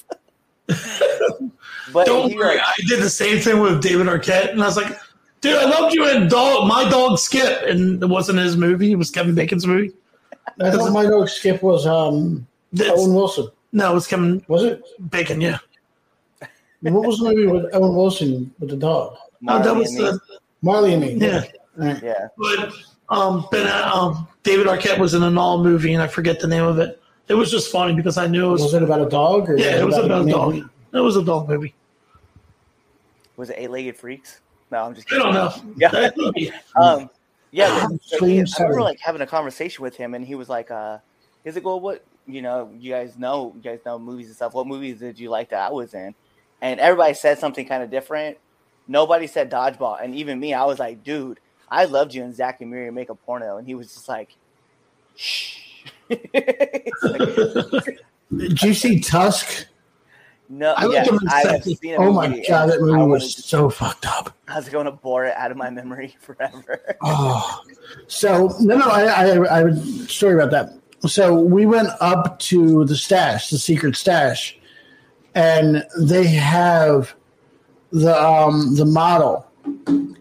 S3: but
S5: Don't
S3: he,
S5: worry.
S3: like,
S5: I did the same thing with David Arquette, and I was like, "Dude, I loved you in dog, My Dog Skip," and it wasn't his movie. It was Kevin Bacon's movie.
S4: I thought my dog Skip was um,
S5: That's-
S3: Oh.
S4: Owen Wilson.
S5: no, it was Kevin
S4: Was it?
S5: Bacon. Yeah.
S4: What was the movie with Owen Wilson with the dog?
S5: No, Oh, that
S3: Marley
S5: was
S3: and me.
S5: the
S4: Marley and me.
S5: yeah.
S4: All right.
S3: yeah.
S5: But um, ben, um, David Arquette was in an all movie, and I forget the name of it. It was just funny because I knew it was.
S4: Was it about a dog? Or
S5: yeah, it was about a dog. It was a dog movie.
S3: Was it Eight Legged Freaks? No, I'm just
S5: I
S3: kidding.
S5: don't know.
S3: Yeah.
S5: That movie.
S3: Um, yeah, but-
S4: Mm. Strange
S3: but he- I
S4: story.
S3: remember like having a conversation with him, and he was like, uh, "Is it well? What you know? You guys know, you guys know movies and stuff. What movies did you like that I was in?" And everybody said something kind of different. Nobody said dodgeball, and even me, I was like, "Dude, I loved you in Zach and Miri make a porno," and he was just like, "Shh." It's like-
S4: Did you see Tusk?
S3: no,
S5: I looked
S3: yes,
S5: him in
S3: I have
S5: second.
S3: seen a
S4: Oh my
S3: movie
S4: god,
S3: and
S4: that movie
S3: I
S4: was
S3: wanted-
S4: so fucked up.
S3: I was going to bore it out of my memory forever.
S4: Oh, so no, no, I, I, I have a story about that. So we went up to the stash, the secret stash, and they have the um the model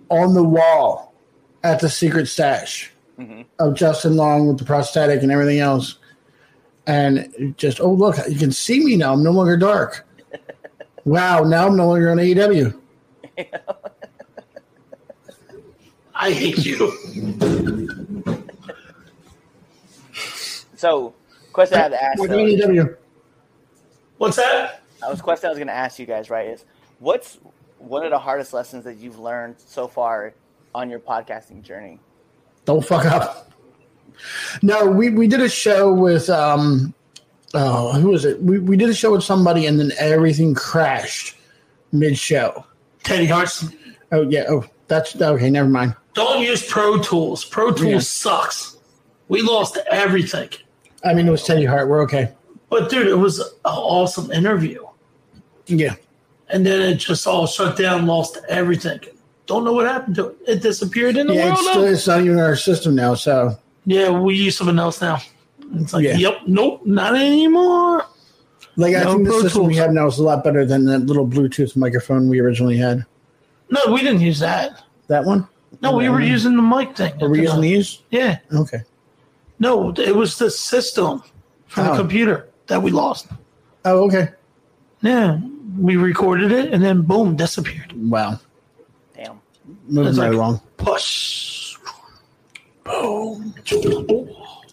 S4: on the wall at the secret stash
S3: Mhm.
S4: of Justin Long with the prosthetic and everything else. And it just oh look, you can see me now. I'm no longer dark. wow, now I'm no longer on E AEW.
S5: I hate you.
S3: So, question I had to ask.
S4: Like
S3: though-
S4: AEW.
S5: What's that?
S3: I was question I was going to ask you guys right is what's one of the hardest lessons that you've learned so far on your podcasting journey?
S4: Don't fuck up. No, we, we did a show with um oh who was it? We we did a show with somebody and then everything crashed mid show.
S5: Teddy Hartson.
S4: Oh yeah, oh that's okay, never mind.
S5: Don't use Pro Tools. Pro Tools
S4: Yeah.
S5: sucks. We lost everything.
S4: I mean it was Teddy Hart, we're okay.
S5: But dude, it was an awesome interview.
S4: Yeah.
S5: And then it just all shut down, lost everything. Don't know what happened to it. It disappeared in the
S4: Yeah,
S5: world.
S4: it's still, it's not even in our system now, so
S5: yeah, we use something else now. It's like,
S4: Yeah.
S5: yep, nope, not anymore.
S4: like I
S5: No,
S4: think the
S5: Pro
S4: system we
S5: Tools.
S4: have now is a lot better than that little Bluetooth microphone we originally had.
S5: No, we didn't use that.
S4: That one?
S5: No, we were using the mic thing.
S4: Were we using these?
S5: Yeah.
S4: Okay.
S5: No, it was the system from
S4: Oh.
S5: the computer that we lost.
S4: Oh, okay.
S5: Yeah. We recorded it and then boom, disappeared.
S4: Wow.
S3: Damn.
S4: Moving
S5: It's
S4: right
S5: like-
S4: along.
S5: Push. Boom.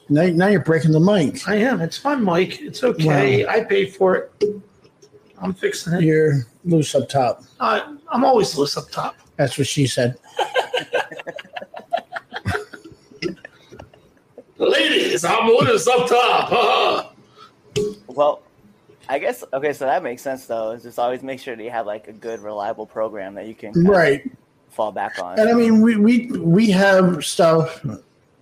S4: Now, now you're breaking the mic.
S5: I am. It's fine, Mike. It's okay. I paid for it. I'm fixing it.
S4: You're loose up top.
S5: I, I'm always loose up top.
S4: That's what she said.
S5: Ladies, I'm loose up top.
S3: Well, I guess okay, so that makes sense though. Is just always make sure that you have like a good, reliable program that you can kinda
S4: Right.
S3: fall back on.
S4: And I mean, we we we have stuff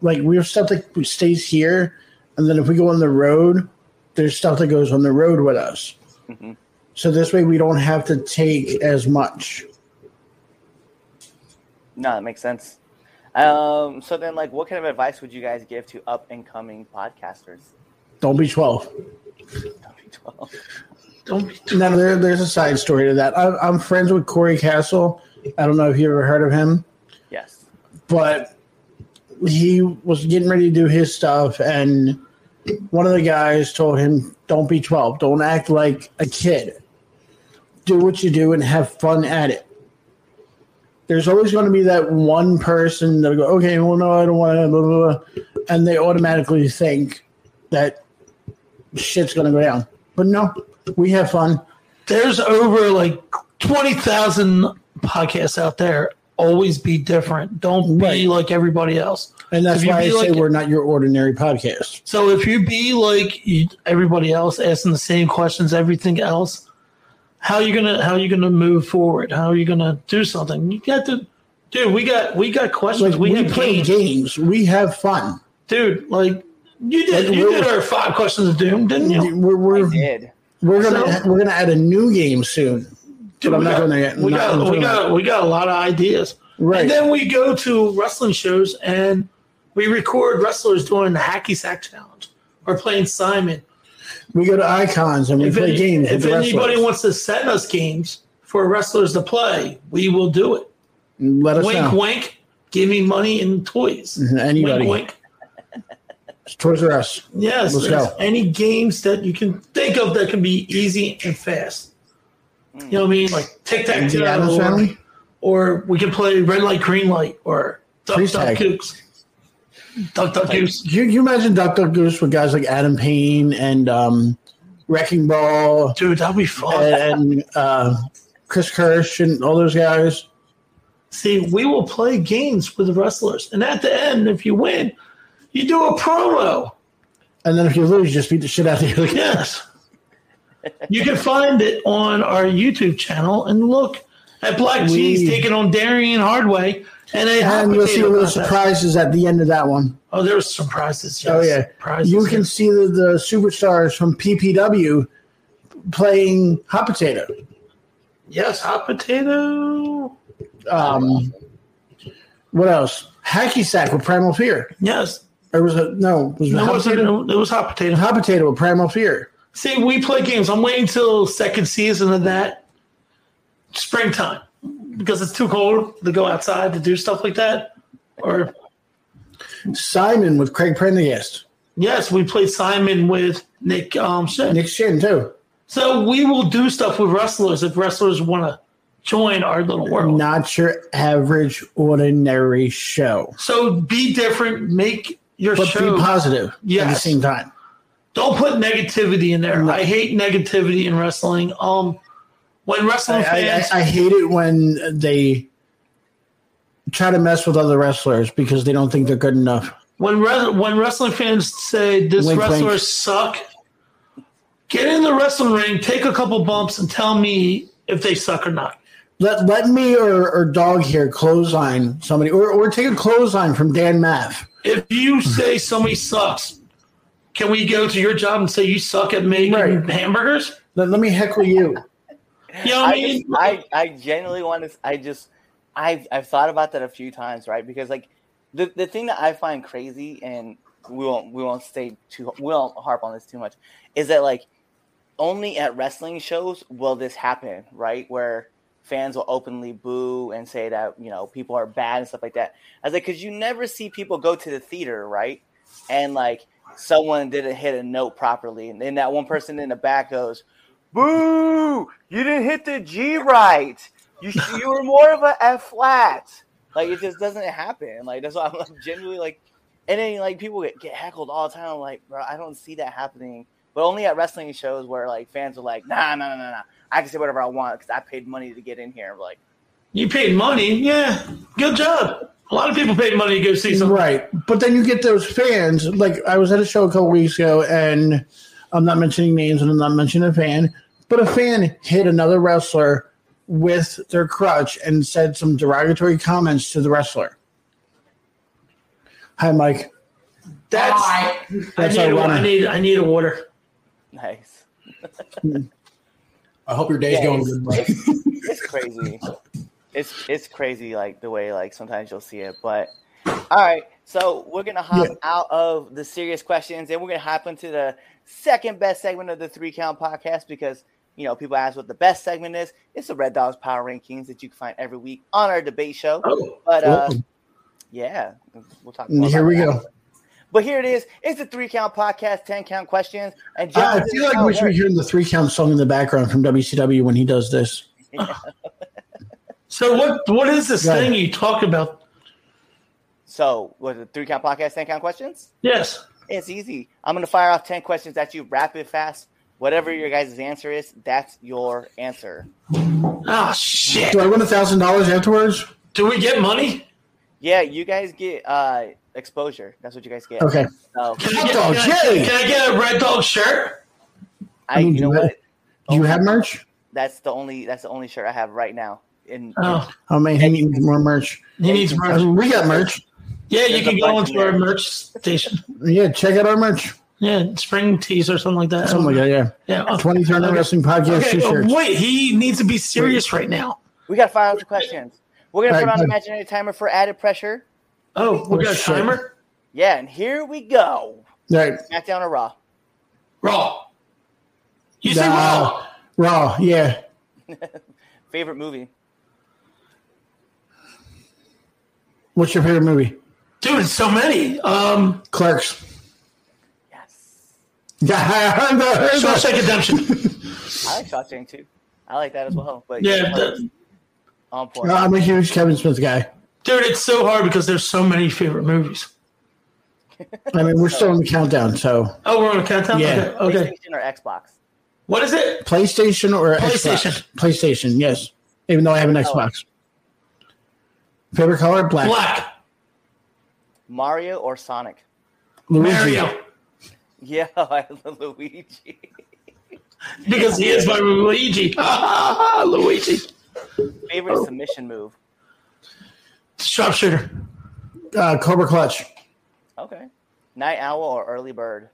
S4: like we have stuff that stays here, and then if we go on the road, there's stuff that goes on the road with us.
S3: Mhm.
S4: So this way, we don't have to take as much.
S3: No, that makes sense. Um, so then, like, what kind of advice would you guys give to up and coming podcasters?
S4: Don't be twelve.
S3: W12.
S5: Don't be
S4: Now there, there's a side story to that. I, I'm friends with Corey Castle. I don't know if you ever heard of him.
S3: Yes.
S4: but he was getting ready to do his stuff and one of the guys told him don't be 12 don't act like a kid do what you do and have fun at it there's always going to be that one person that'll go okay well no i don't want to blah, blah, blah. and they automatically think that shit's going to go down but no we have fun
S5: there's over like 20,000 podcasts out there. Always be different. Don't be
S4: Right.
S5: like everybody else.
S4: and that's
S5: If you
S4: why i
S5: be
S4: say
S5: like-
S4: we're not your ordinary podcast
S5: So if you be like you- everybody else, asking the same questions, everything else, how you gonna how you gonna move forward? How are you gonna do something? You got to, dude. We got we got questions.
S4: like
S5: we
S4: we,
S5: have
S4: play
S5: games.
S4: games we have fun
S5: dude. Like you did
S4: Like,
S5: you
S4: we're-
S5: did our five questions of doom, didn't you?
S4: we're,
S3: I
S4: we're
S3: did.
S4: We're gonna
S5: So-
S4: we're gonna add a new game soon.
S5: Dude,
S4: I'm
S5: we
S4: not
S5: got-
S4: going there yet.
S5: We
S4: Not
S5: got, we
S4: until-
S5: got we got a lot of ideas.
S4: Right.
S5: And then we go to wrestling shows and we record wrestlers doing the hacky sack challenge or playing Simon.
S4: We go to icons and we
S5: if
S4: play
S5: any-
S4: games with
S5: if
S4: the
S5: anybody
S4: wrestlers.
S5: wants to send us games for wrestlers to play, we will do it.
S4: Let us
S5: wink,
S4: know.
S5: wink. Give me money and toys.
S4: Mm-hmm. Anybody.
S5: Wink, wink.
S4: Toys R Us.
S5: Yes.
S4: Let's
S5: there's
S4: go.
S5: Any games that you can think of that can be easy and fast. You know what I mean? Like tic tac
S4: The
S5: toe,
S4: Adams
S5: or,
S4: Family.
S5: or we can play red light, green light, or duck
S4: Freeze
S5: duck
S4: tag.
S5: goose. Duck duck goose.
S4: Can you, can you imagine Duck Duck Goose with guys like Adam Payne and um, Wrecking Ball
S5: Dude, that'd be fun.
S4: and, and uh, Chris Kirsch and all those guys?
S5: See, we will play games with the wrestlers, and at the end, if you win, you do a promo.
S4: And then if you lose, you just beat the shit out of the other guy.
S5: Yes. You can find it on our YouTube channel and look at Black
S4: We-
S5: Cheese taking on Darian Hardway And, they
S4: And you'll see
S5: advocated
S4: little
S5: about that.
S4: surprises at the end of that one.
S5: Oh, there were surprises. Yes.
S4: Oh, yeah.
S5: surprises.
S4: You can see the, the superstars from PPW playing Hot Potato.
S5: yes, hot potato.
S4: Um, what else? Hacky Sack with Primal Fear.
S5: Yes,
S4: Or was it? No, was it
S5: no, it
S4: Hot
S5: was,
S4: Potato?
S5: it was hot potato.
S4: Hot Potato with Primal Fear.
S5: See, we play games. I'm waiting till second season of that springtime because it's too cold to go outside to do stuff like that. Or
S4: Simon with Craig Prendergast.
S5: yes, we played Simon with Nick. Um, Shen.
S4: Nick Shin, too.
S5: So we will do stuff with wrestlers if wrestlers want to join our little world.
S4: Not your average ordinary show.
S5: So be different. Make your
S4: But
S5: show.
S4: be positive at the
S5: Yes.
S4: same time.
S5: Don't put negativity in there. I hate negativity in wrestling. Um, when wrestling
S4: I, I,
S5: fans,
S4: I hate it when they try to mess with other wrestlers because they don't think they're good enough.
S5: when re- when wrestling fans say this
S4: Wink, wink.
S5: wrestlers suck, get in the wrestling ring, take a couple bumps, and tell me if they suck or not.
S4: Let let me or, or dog here clothesline somebody or, or take a clothesline from Dan Math.
S5: If you say somebody sucks, can we go to your job and say you suck at making
S4: Right.
S5: hamburgers?
S4: Let, let me heckle you.
S5: You know what I,
S3: I,
S5: mean?
S3: just, I, I genuinely want to. I just, I've, I've thought about that a few times, right? Because like, the, the thing that I find crazy, and we won't, we won't stay too, we won't harp on this too much, is that like, only at wrestling shows will this happen, right? Where fans will openly boo and say that you know people are bad and stuff like that. I was like, because you never see people go to the theater, right? And like someone didn't hit a note properly, and then that one person in the back goes, "Boo! You didn't hit the G right. You sh- you were more of a F flat." Like it just doesn't happen. Like that's why I'm like genuinely like, and then like people get, get heckled all the time. I'm like, bro, I don't see that happening. But only at wrestling shows where like fans are like, nah, nah, nah, nah, nah. I can say whatever I want because I paid money to get in here. I'm like,
S5: You paid money, yeah. Good job. A lot of people paid money to go see something.
S4: Right. But then you get those fans. Like I was at a show a couple weeks ago and I'm not mentioning names and I'm not mentioning a fan, but a fan hit another wrestler with their crutch and said some derogatory comments to the wrestler. Hi Mike.
S5: That's I
S4: That's
S5: need,
S4: our
S5: a, I
S4: runner.
S5: need I need a water.
S3: nice.
S6: I hope your day's
S3: Yeah,
S6: going
S3: it's-
S6: good, bro.
S3: it's crazy. It's it's crazy like the way like sometimes you'll see it. But all right, so we're gonna hop
S4: Yeah.
S3: out of the serious questions and we're gonna hop into the second best segment of the three count podcast because you know people ask what the best segment is. It's the Red Dogs Power Rankings that you can find every week on our debate show.
S5: Oh,
S3: But uh, yeah, we'll talk. more
S4: Here
S3: about
S4: we
S3: that.
S4: go.
S3: But here it is. It's the three count podcast, ten count questions, and
S4: I
S3: John,
S4: feel Ah, like we should be hearing the three count song in the background from WCW when he does this.
S5: so what what is this
S4: Go ahead.
S5: thing you talk about?
S3: So, was it three count podcast, ten count questions?
S5: Yes.
S3: It's easy. I'm going to fire off 10 questions at you rapid fast. Whatever your guys' answer is, that's your answer.
S5: Oh shit.
S4: Do I win a thousand dollars afterwards?
S5: Do we get money?
S3: Yeah, you guys get uh, exposure. That's what you guys get.
S4: Okay.
S3: So,
S5: Can I,
S4: Hot
S5: get,
S4: dog,
S5: can, I,
S4: yay!
S5: can I get a red dog shirt?
S3: I, you know what?
S4: Do you have merch?
S3: That's the only that's the only shirt I have right now. In
S5: Oh,
S4: Oh man, he needs more merch.
S5: he needs
S4: I
S5: merch.
S4: mean, we got merch.
S5: Yeah, you
S3: There's
S5: can
S3: a
S5: go
S3: bunch
S5: into
S3: in
S5: our
S3: there.
S5: merch station.
S4: Yeah, check out our merch.
S5: Yeah, spring tees or something like that.
S4: Something like that. Yeah.
S5: Yeah. oh,
S4: Twenty Turner
S5: okay.
S4: Wrestling Podcast
S5: Okay, oh,
S4: T-shirts.
S5: wait, he needs to be serious right now.
S3: we got to fire off the questions. We're going
S4: Right,
S3: to put on
S4: good.
S3: imaginary timer for added pressure.
S5: Oh, we
S4: Oh,
S5: got a
S4: shit.
S5: timer?
S3: Yeah, and here we go.
S4: All right.
S3: SmackDown or Raw?
S5: Raw. You say
S4: Nah.
S5: raw.
S4: Raw. Yeah.
S3: Favorite movie?
S4: What's your favorite movie?
S5: Dude, so many. Um
S4: Clerks.
S3: Yes.
S4: Yeah, I heard that. I heard that.
S5: Shawshank Redemption.
S3: I like Shawshank too. I like that as well. But
S5: Yeah, that-
S3: on point.
S4: No, Uh, I'm a huge Kevin Smith guy.
S5: dude, it's so hard because there's so many favorite movies.
S4: I mean, we're still in the countdown. So
S5: Oh, we're on a countdown.
S4: Yeah.
S5: Okay. okay.
S3: PlayStation or Xbox?
S5: What is it?
S4: PlayStation or Xbox? PlayStation. Yes. Even though I have an Xbox. Favorite color? Black.
S5: Black.
S3: Mario or Sonic?
S4: Luigi.
S5: Mario.
S3: Yeah, I love Luigi.
S5: Because he is my Luigi. Luigi. Oh.
S3: Favorite submission move?
S5: Sharpshooter.
S4: Uh, Cobra Clutch.
S3: Okay. Night owl or early bird?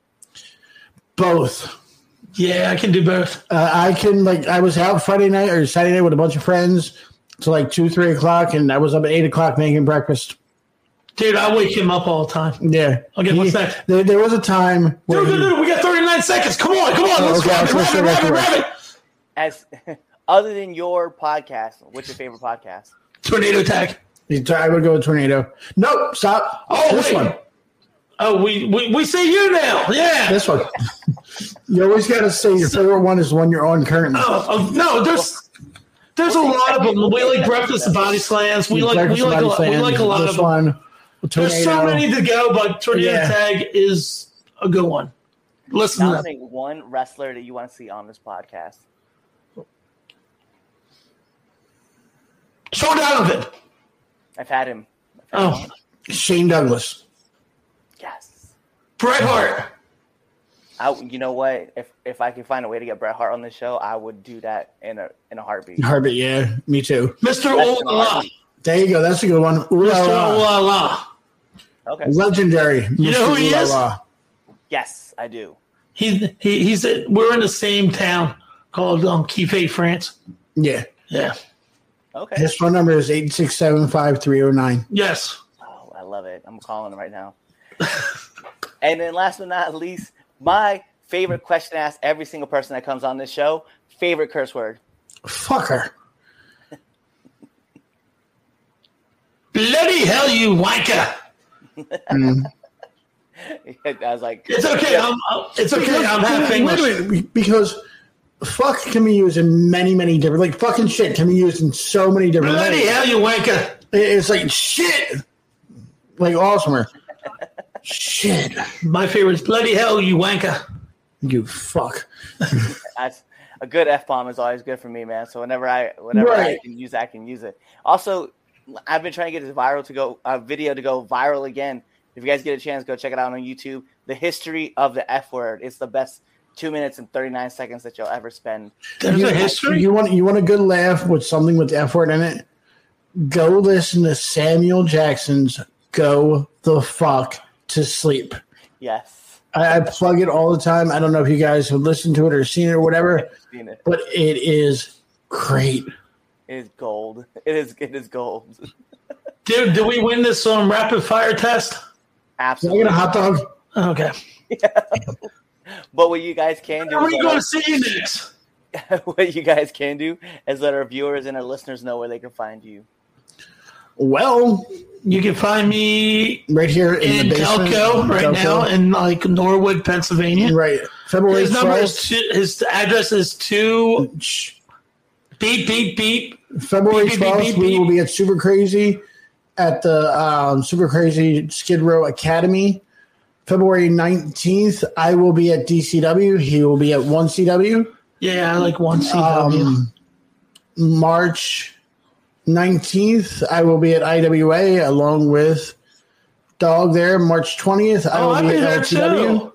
S4: Both.
S5: Yeah, I can do both.
S4: Uh, I can like I was out Friday night or Saturday night with a bunch of friends till like two, three o'clock, and I was up at eight o'clock making breakfast.
S5: Dude, I wake him up all the time.
S4: Yeah.
S5: Okay,
S4: He-
S5: what's that?
S4: There, there was a time where
S5: Dude, dude,
S4: he-
S5: dude, we got 39 seconds. Come on, come on.
S4: Oh,
S5: Let's
S4: okay,
S5: rabbit,
S4: I was gonna
S5: rabbit,
S4: say
S5: rabbit,
S4: right
S5: rabbit.
S3: As other than your podcast, what's your favorite podcast?
S5: Tornado tag.
S4: he- I would go with tornado. Nope, stop.
S5: Oh,
S4: this
S5: wait.
S4: one.
S5: Oh, we, we, we see you now. Yeah.
S4: This one. you always got to say your favorite one is the one you're on currently.
S5: Oh, oh, no, there's there's a lot of them. We like breakfast and body slams. We like we
S4: Breakfast
S5: like a
S4: Body
S5: lot, we
S4: Slam,
S5: like a lot
S4: this
S5: of them.
S4: one. Tornado.
S5: There's so many to go, but tornado
S4: Yeah.
S5: tag is a good one. Listen, to that.
S3: Nominate one wrestler that you want to see on this podcast.
S5: Sean Donovan.
S3: I've had him.
S5: Oh,
S4: Shane Douglas.
S3: Yes.
S5: Bret Hart.
S3: I, you know what? If if I could find a way to get Bret Hart on the show, I would do that in a in a heartbeat.
S4: Harbit, yeah, me too.
S5: Mr.
S3: That's an
S5: Ooh-la-la.
S3: awesome-
S4: There you go. That's a good one. Ooh la
S5: Mr.
S4: la.
S5: Ooh-la-la.
S3: Okay.
S4: Legendary.
S5: You know
S4: Mr.
S5: who he
S4: Ooh La
S5: is?
S4: La.
S3: Yes, I do.
S5: He's he, he's we're in the same town called um Kifei, France.
S4: Yeah.
S5: Yeah.
S3: Okay.
S4: His phone number is 8675309.
S5: Yes.
S3: Oh, I love it. I'm calling him right now. and then last but not least, my favorite question asked every single person that comes on this show, favorite curse word.
S4: Fucker.
S5: Bloody hell, you wanker!
S4: Mm.
S3: I was like,
S5: It's okay. I'm, I'm- it's okay. I'm half English.
S4: Wait, wait, wait, because fuck can be used in many, many different like fucking shit can be used in so many different
S5: Bloody
S4: ways.
S5: hell, you wanker!
S4: It's like shit. Like awesomer. shit.
S5: My favorite is bloody hell, you wanker.
S4: You fuck.
S3: that's a good F bomb is always good for me, man. So whenever I whenever I
S4: Right.
S3: can use it, I can use it. Also, I've been trying to get this viral to go uh, video to go viral again. If you guys get a chance, go check it out on YouTube. The history of the F word. It's the best two minutes and thirty nine seconds that you'll ever spend.
S5: There's
S4: you,
S5: a history.
S4: You want you want a good laugh with something with the F word in it? Go listen to Samuel Jackson's Go the Fuck to Sleep.
S3: Yes.
S4: I, I plug it all the time. I don't know if you guys have listened to it or seen it or whatever,
S3: Seen it.
S4: but it is great.
S3: It is gold. It is it is gold.
S5: Dude, did we win this um, rapid fire test?
S4: Can I get
S3: Absolutely.
S4: a hot dog?
S5: Okay.
S3: But what you guys can do,
S5: Where are
S3: is
S5: you
S3: let
S5: going to
S3: our-
S5: see you next?
S3: what you guys can do is let our viewers and our listeners know where they can find you.
S4: Well,
S5: You can find me
S4: right here in,
S5: in
S4: the basement.
S5: Delco right
S4: Delco.
S5: now in like Norwood, Pennsylvania.
S4: Right. February
S5: His number is
S4: 12th.
S5: two, his address is two beep beep beep.
S4: February
S5: Beep, beep, beep,
S4: 12th,
S5: beep,
S4: we
S5: beep.
S4: will be at Super Crazy at the um, Super Crazy Skid Row Academy. February 19th, I will be at DCW. He will be at 1CW.
S5: Yeah, I like one CW.
S4: Um, March 19th, I will be at IWA along with Dog there. March 20th, I
S5: oh,
S4: will
S5: I'll
S4: be,
S5: be there
S4: at LTW.
S5: too.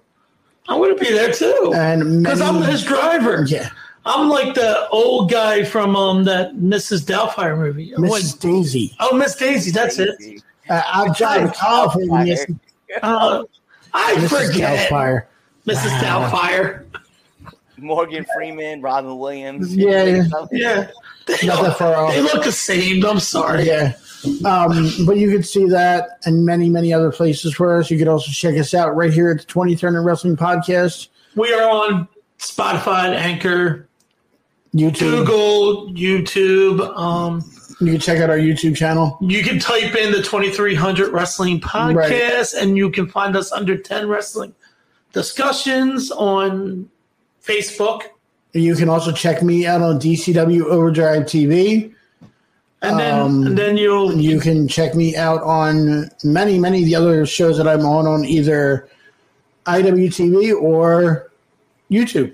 S5: I'm going to be there too.
S4: And
S5: Because I'm
S4: many-
S5: his driver.
S4: Yeah.
S5: I'm like the old guy from um that Mrs. Doubtfire movie. I'm like,
S4: Miss Daisy.
S5: oh, Miss Daisy, that's it.
S3: Easy.
S4: Uh, I'm John Coffin. Miss
S5: Uh, I
S4: Mrs.
S5: forget
S4: Doubtfire.
S5: Mrs.
S4: Wow.
S5: Doubtfire.
S3: Morgan Freeman, Robin Williams.
S4: Yeah, yeah.
S5: Yeah, they,
S4: Not that far off.
S5: they look the same. I'm sorry.
S4: Oh. Yeah. Um, but you could see that and many, many other places for us. You could also check us out right here at the 2030 Wrestling Podcast,
S5: We are on Spotify, Anchor,
S4: YouTube.
S5: Google, YouTube. Um,
S4: You can check out our YouTube channel.
S5: you can type in the 2300 Wrestling Podcast, and you can find us under 10 Wrestling Discussions on Facebook.
S4: You can also check me out on DCW Overdrive TV.
S5: And then,
S4: Um,
S5: and then you'll
S4: You can check me out on many, many of the other shows that I'm on on either IWTV or YouTube.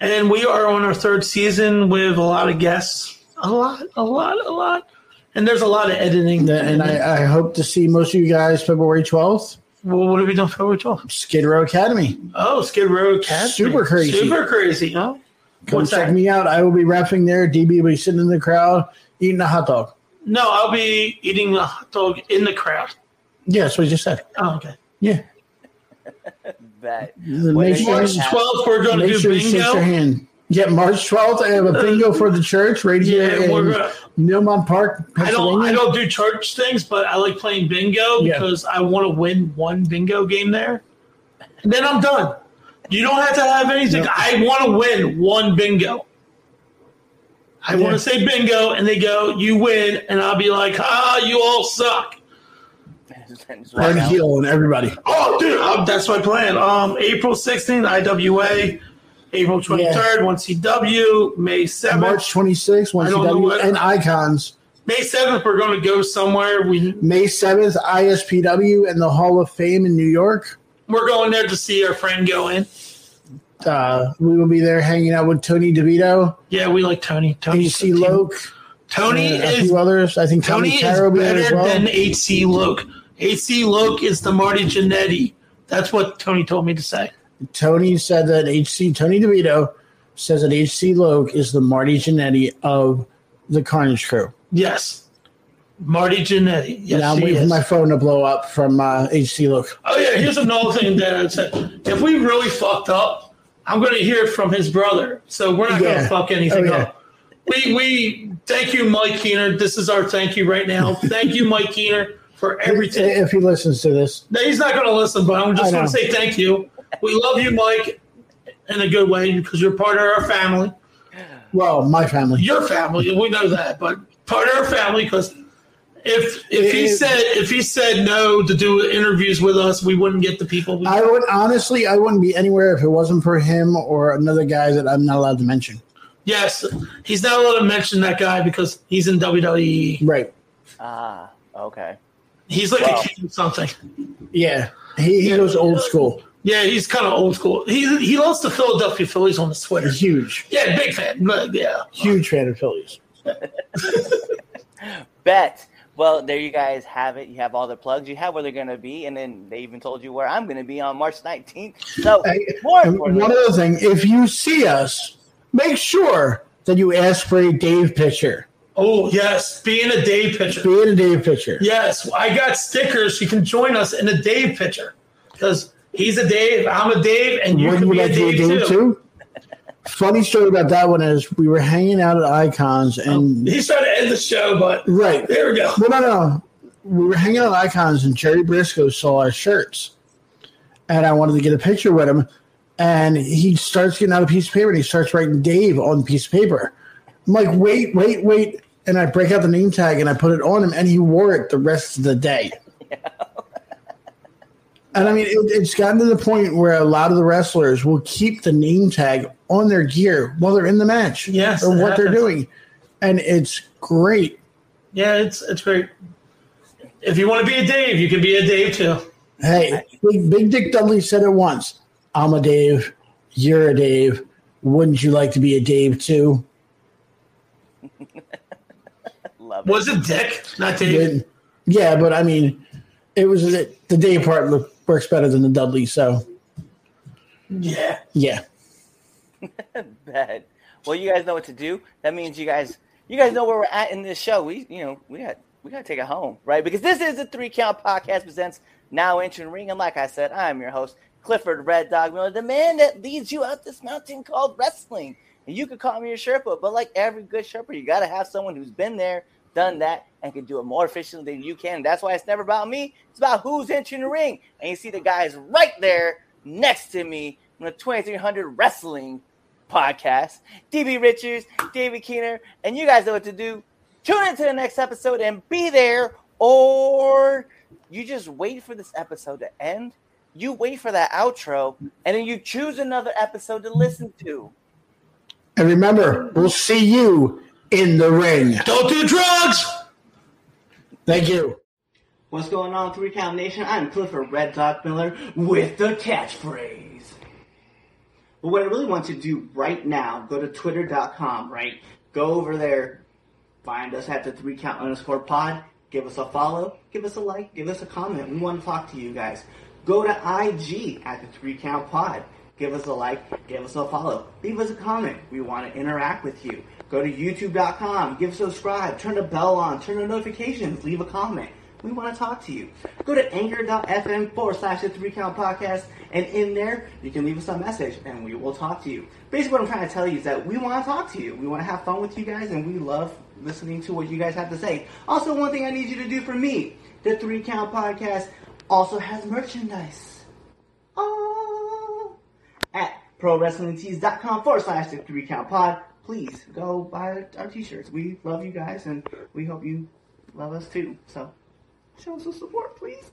S5: And we are on our third season with a lot of guests. A lot, a lot, a lot. And there's a lot of editing.
S4: And I, I hope to see most of you guys February 12th,
S5: well, what have we done for February 12th?
S4: Skid Row Academy.
S5: Oh, Skid Row Academy.
S4: Super crazy.
S5: Super crazy, huh?
S4: Come
S5: What's
S4: check
S5: that?
S4: me out. I will be rapping there. DB will be sitting in the crowd eating a hot dog.
S5: No, I'll be eating a hot dog in the crowd.
S4: Yeah, that's what you just said.
S5: Oh, okay.
S4: Yeah.
S3: That
S4: Make
S3: you
S4: sure,
S5: March
S3: Yeah.
S5: 12th, we're going to
S4: make
S5: do
S4: sure you shake your
S5: bingo.
S4: hand. Yeah, March 12th, I have a bingo for the church right here
S5: Yeah,
S4: in
S5: we're gonna,
S4: Newmont Park,
S5: I
S4: Pennsylvania.
S5: don't I don't do church things, but I like playing bingo
S4: Yeah.
S5: because I want to win one bingo game there. And then I'm done. You don't have to have anything.
S4: No.
S5: I want to win one bingo. I
S4: Yeah.
S5: want to say bingo, and they go, "You win," and I'll be like, "Ah, you all suck."
S3: Just walk
S4: Hard
S3: out.
S4: heel and everybody.
S5: Oh, dude, um, that's my plan. Um, April 16th, IWA. April 23rd, one CW. May 7th.
S4: March 26th,
S5: I don't know
S4: CW
S5: what-
S4: and Icons.
S5: May 7th, we're going to go somewhere. We,
S4: May 7th, ISPW and the Hall of Fame in New York.
S5: we're going there to see our friend go in.
S4: Uh, we will be there hanging out with Tony DeVito,
S5: Yeah, we like Tony. Tony
S4: AC Loke,
S5: Tony
S4: and a
S5: is
S4: few others. I think Tony,
S5: Tony
S4: Tony
S5: is
S4: will be there as
S5: better
S4: well.
S5: than HC Loke. HC Loke is the Marty Jannetty. That's what Tony told me to say.
S4: Tony said that HC Tony DeVito says that HC Loke is the Marty Jannetty of the Carnage crew.
S5: Yes, Marty Jannetty. Yes,
S4: and I'm
S5: he
S4: waiting
S5: is.
S4: for my phone to blow up from uh, HC Loke.
S5: Oh yeah, here's another thing that I said. If we really fucked up, I'm going to hear from his brother. So we're not going
S4: Yeah.
S5: to fuck anything
S4: Oh, yeah.
S5: up. We we thank you, Mike Keener. This is our thank you right now. thank you, Mike Keener, for everything.
S4: If he listens to this,
S5: No, he's not going to listen, but
S4: I
S5: I'm just
S4: know.
S5: going to say thank you. We love you, Mike, in a good way because you're part of our family.
S4: well, my family.
S5: Your family, we know that, but part of our family because if if he
S4: It-
S5: said if he said no to do interviews with us, we wouldn't get the people. We,
S4: I would honestly, I wouldn't be anywhere if it wasn't for him or another guy that I'm not allowed to mention.
S5: yes, he's not allowed to mention that guy because he's in WWE.
S4: Right.
S3: Ah, okay.
S5: He's like
S3: Wow.
S5: a king or something.
S4: Yeah. He, he goes old school.
S5: Yeah, he's kind of old school. He he lost the Philadelphia Phillies on his Twitter.
S4: Huge,
S5: Yeah, big fan. but Yeah.
S4: huge fan of Phillies.
S3: Bet. Well, there you guys have it. You have all the plugs. You have where they're going to be, and then they even told you where I'm going to be on March 19th. So,
S4: Hey,
S3: more
S4: And
S3: importantly,
S4: one other thing, if you see us, make sure that you ask for a Dave pitcher.
S5: Oh yes, being a day pitcher.
S4: Be in a Dave pitcher.
S5: Yes, I got stickers. You can join us in a Dave picture because he's a Dave, I'm a Dave, and you
S4: Wouldn't
S5: can
S4: you
S5: be a
S4: like to
S5: Dave,
S4: do it
S5: too.
S4: too? Funny story about that one is we were hanging out at Icons and
S5: He's trying to end the show, but
S4: right.
S5: there we go.
S4: Well, no, no. We were hanging out at Icons and Jerry Briscoe saw our shirts, and I wanted to get a picture with him. And he starts getting out a piece of paper and he starts writing Dave on the piece of paper. I'm like, wait, wait, wait. And I break out the name tag and I put it on him, and he wore it the rest of the day. And I mean, it, it's gotten to the point where a lot of the wrestlers will keep the name tag on their gear while they're in the match,
S5: Yes,
S4: or
S5: it
S4: what they're
S5: happens.
S4: doing, and it's great.
S5: Yeah, it's it's great. If you want to be a Dave, you can be a Dave too.
S4: Hey, Big, Big Dick Dudley said it once. I'm a Dave. You're a Dave. Wouldn't you like to be a Dave too?
S3: love it.
S5: Was it Dick, not Dave?
S4: Did- yeah, but I mean, it was the the Dave part look, works better than the Dudley. So
S5: Yeah.
S4: yeah,
S3: bad. Well, you guys know what to do. That means you guys, you guys know where we're at in this show. We, you know, we got, we got to take it home, right? Because this is the Three Count Podcast presents Now Entering Ring, and like I said, I'm your host Clifford Red Dog Miller, the man that leads you up this mountain called wrestling. And you could call me a Sherpa, but like every good Sherpa, you got to have someone who's been there, done that, and can do it more efficiently than you can. That's why it's never about me. It's about who's entering the ring. And you see the guys right there next to me from the 2300 Wrestling podcast. DB Richards, David Keener, and you guys know what to do. Tune into the next episode and be there, or you just wait for this episode to end. You wait for that outro, and then you choose another episode to listen to.
S4: and remember, we'll see you in the ring.
S5: Don't do drugs.
S4: Thank you.
S3: What's going on, Three Count Nation? I'm Clifford Red Dog Miller with the catchphrase. But what I really want you to do right now, go to twitter.com, right? Go over there, find us at the three count underscore pod, give us a follow, give us a like, give us a comment. We want to talk to you guys. Go to IG at the three count pod,
S7: Give us a like, give us a follow, leave us a comment. We want to interact with you. Go to youtube.com, give subscribe, turn the bell on, turn on notifications, leave a comment. We want to talk to you. Go to anchor.fm forward slash the three count podcast, and in there, you can leave us a message and we will talk to you. Basically, what I'm trying to tell you is that we want to talk to you. We want to have fun with you guys, and we love listening to what you guys have to say. Also, one thing I need you to do for me the three count podcast also has merchandise. Oh! At prowrestlingtees.com forward slash the three count pod. Please go buy our t shirts. We love you guys, and we hope you love us too. So, show us some support, please.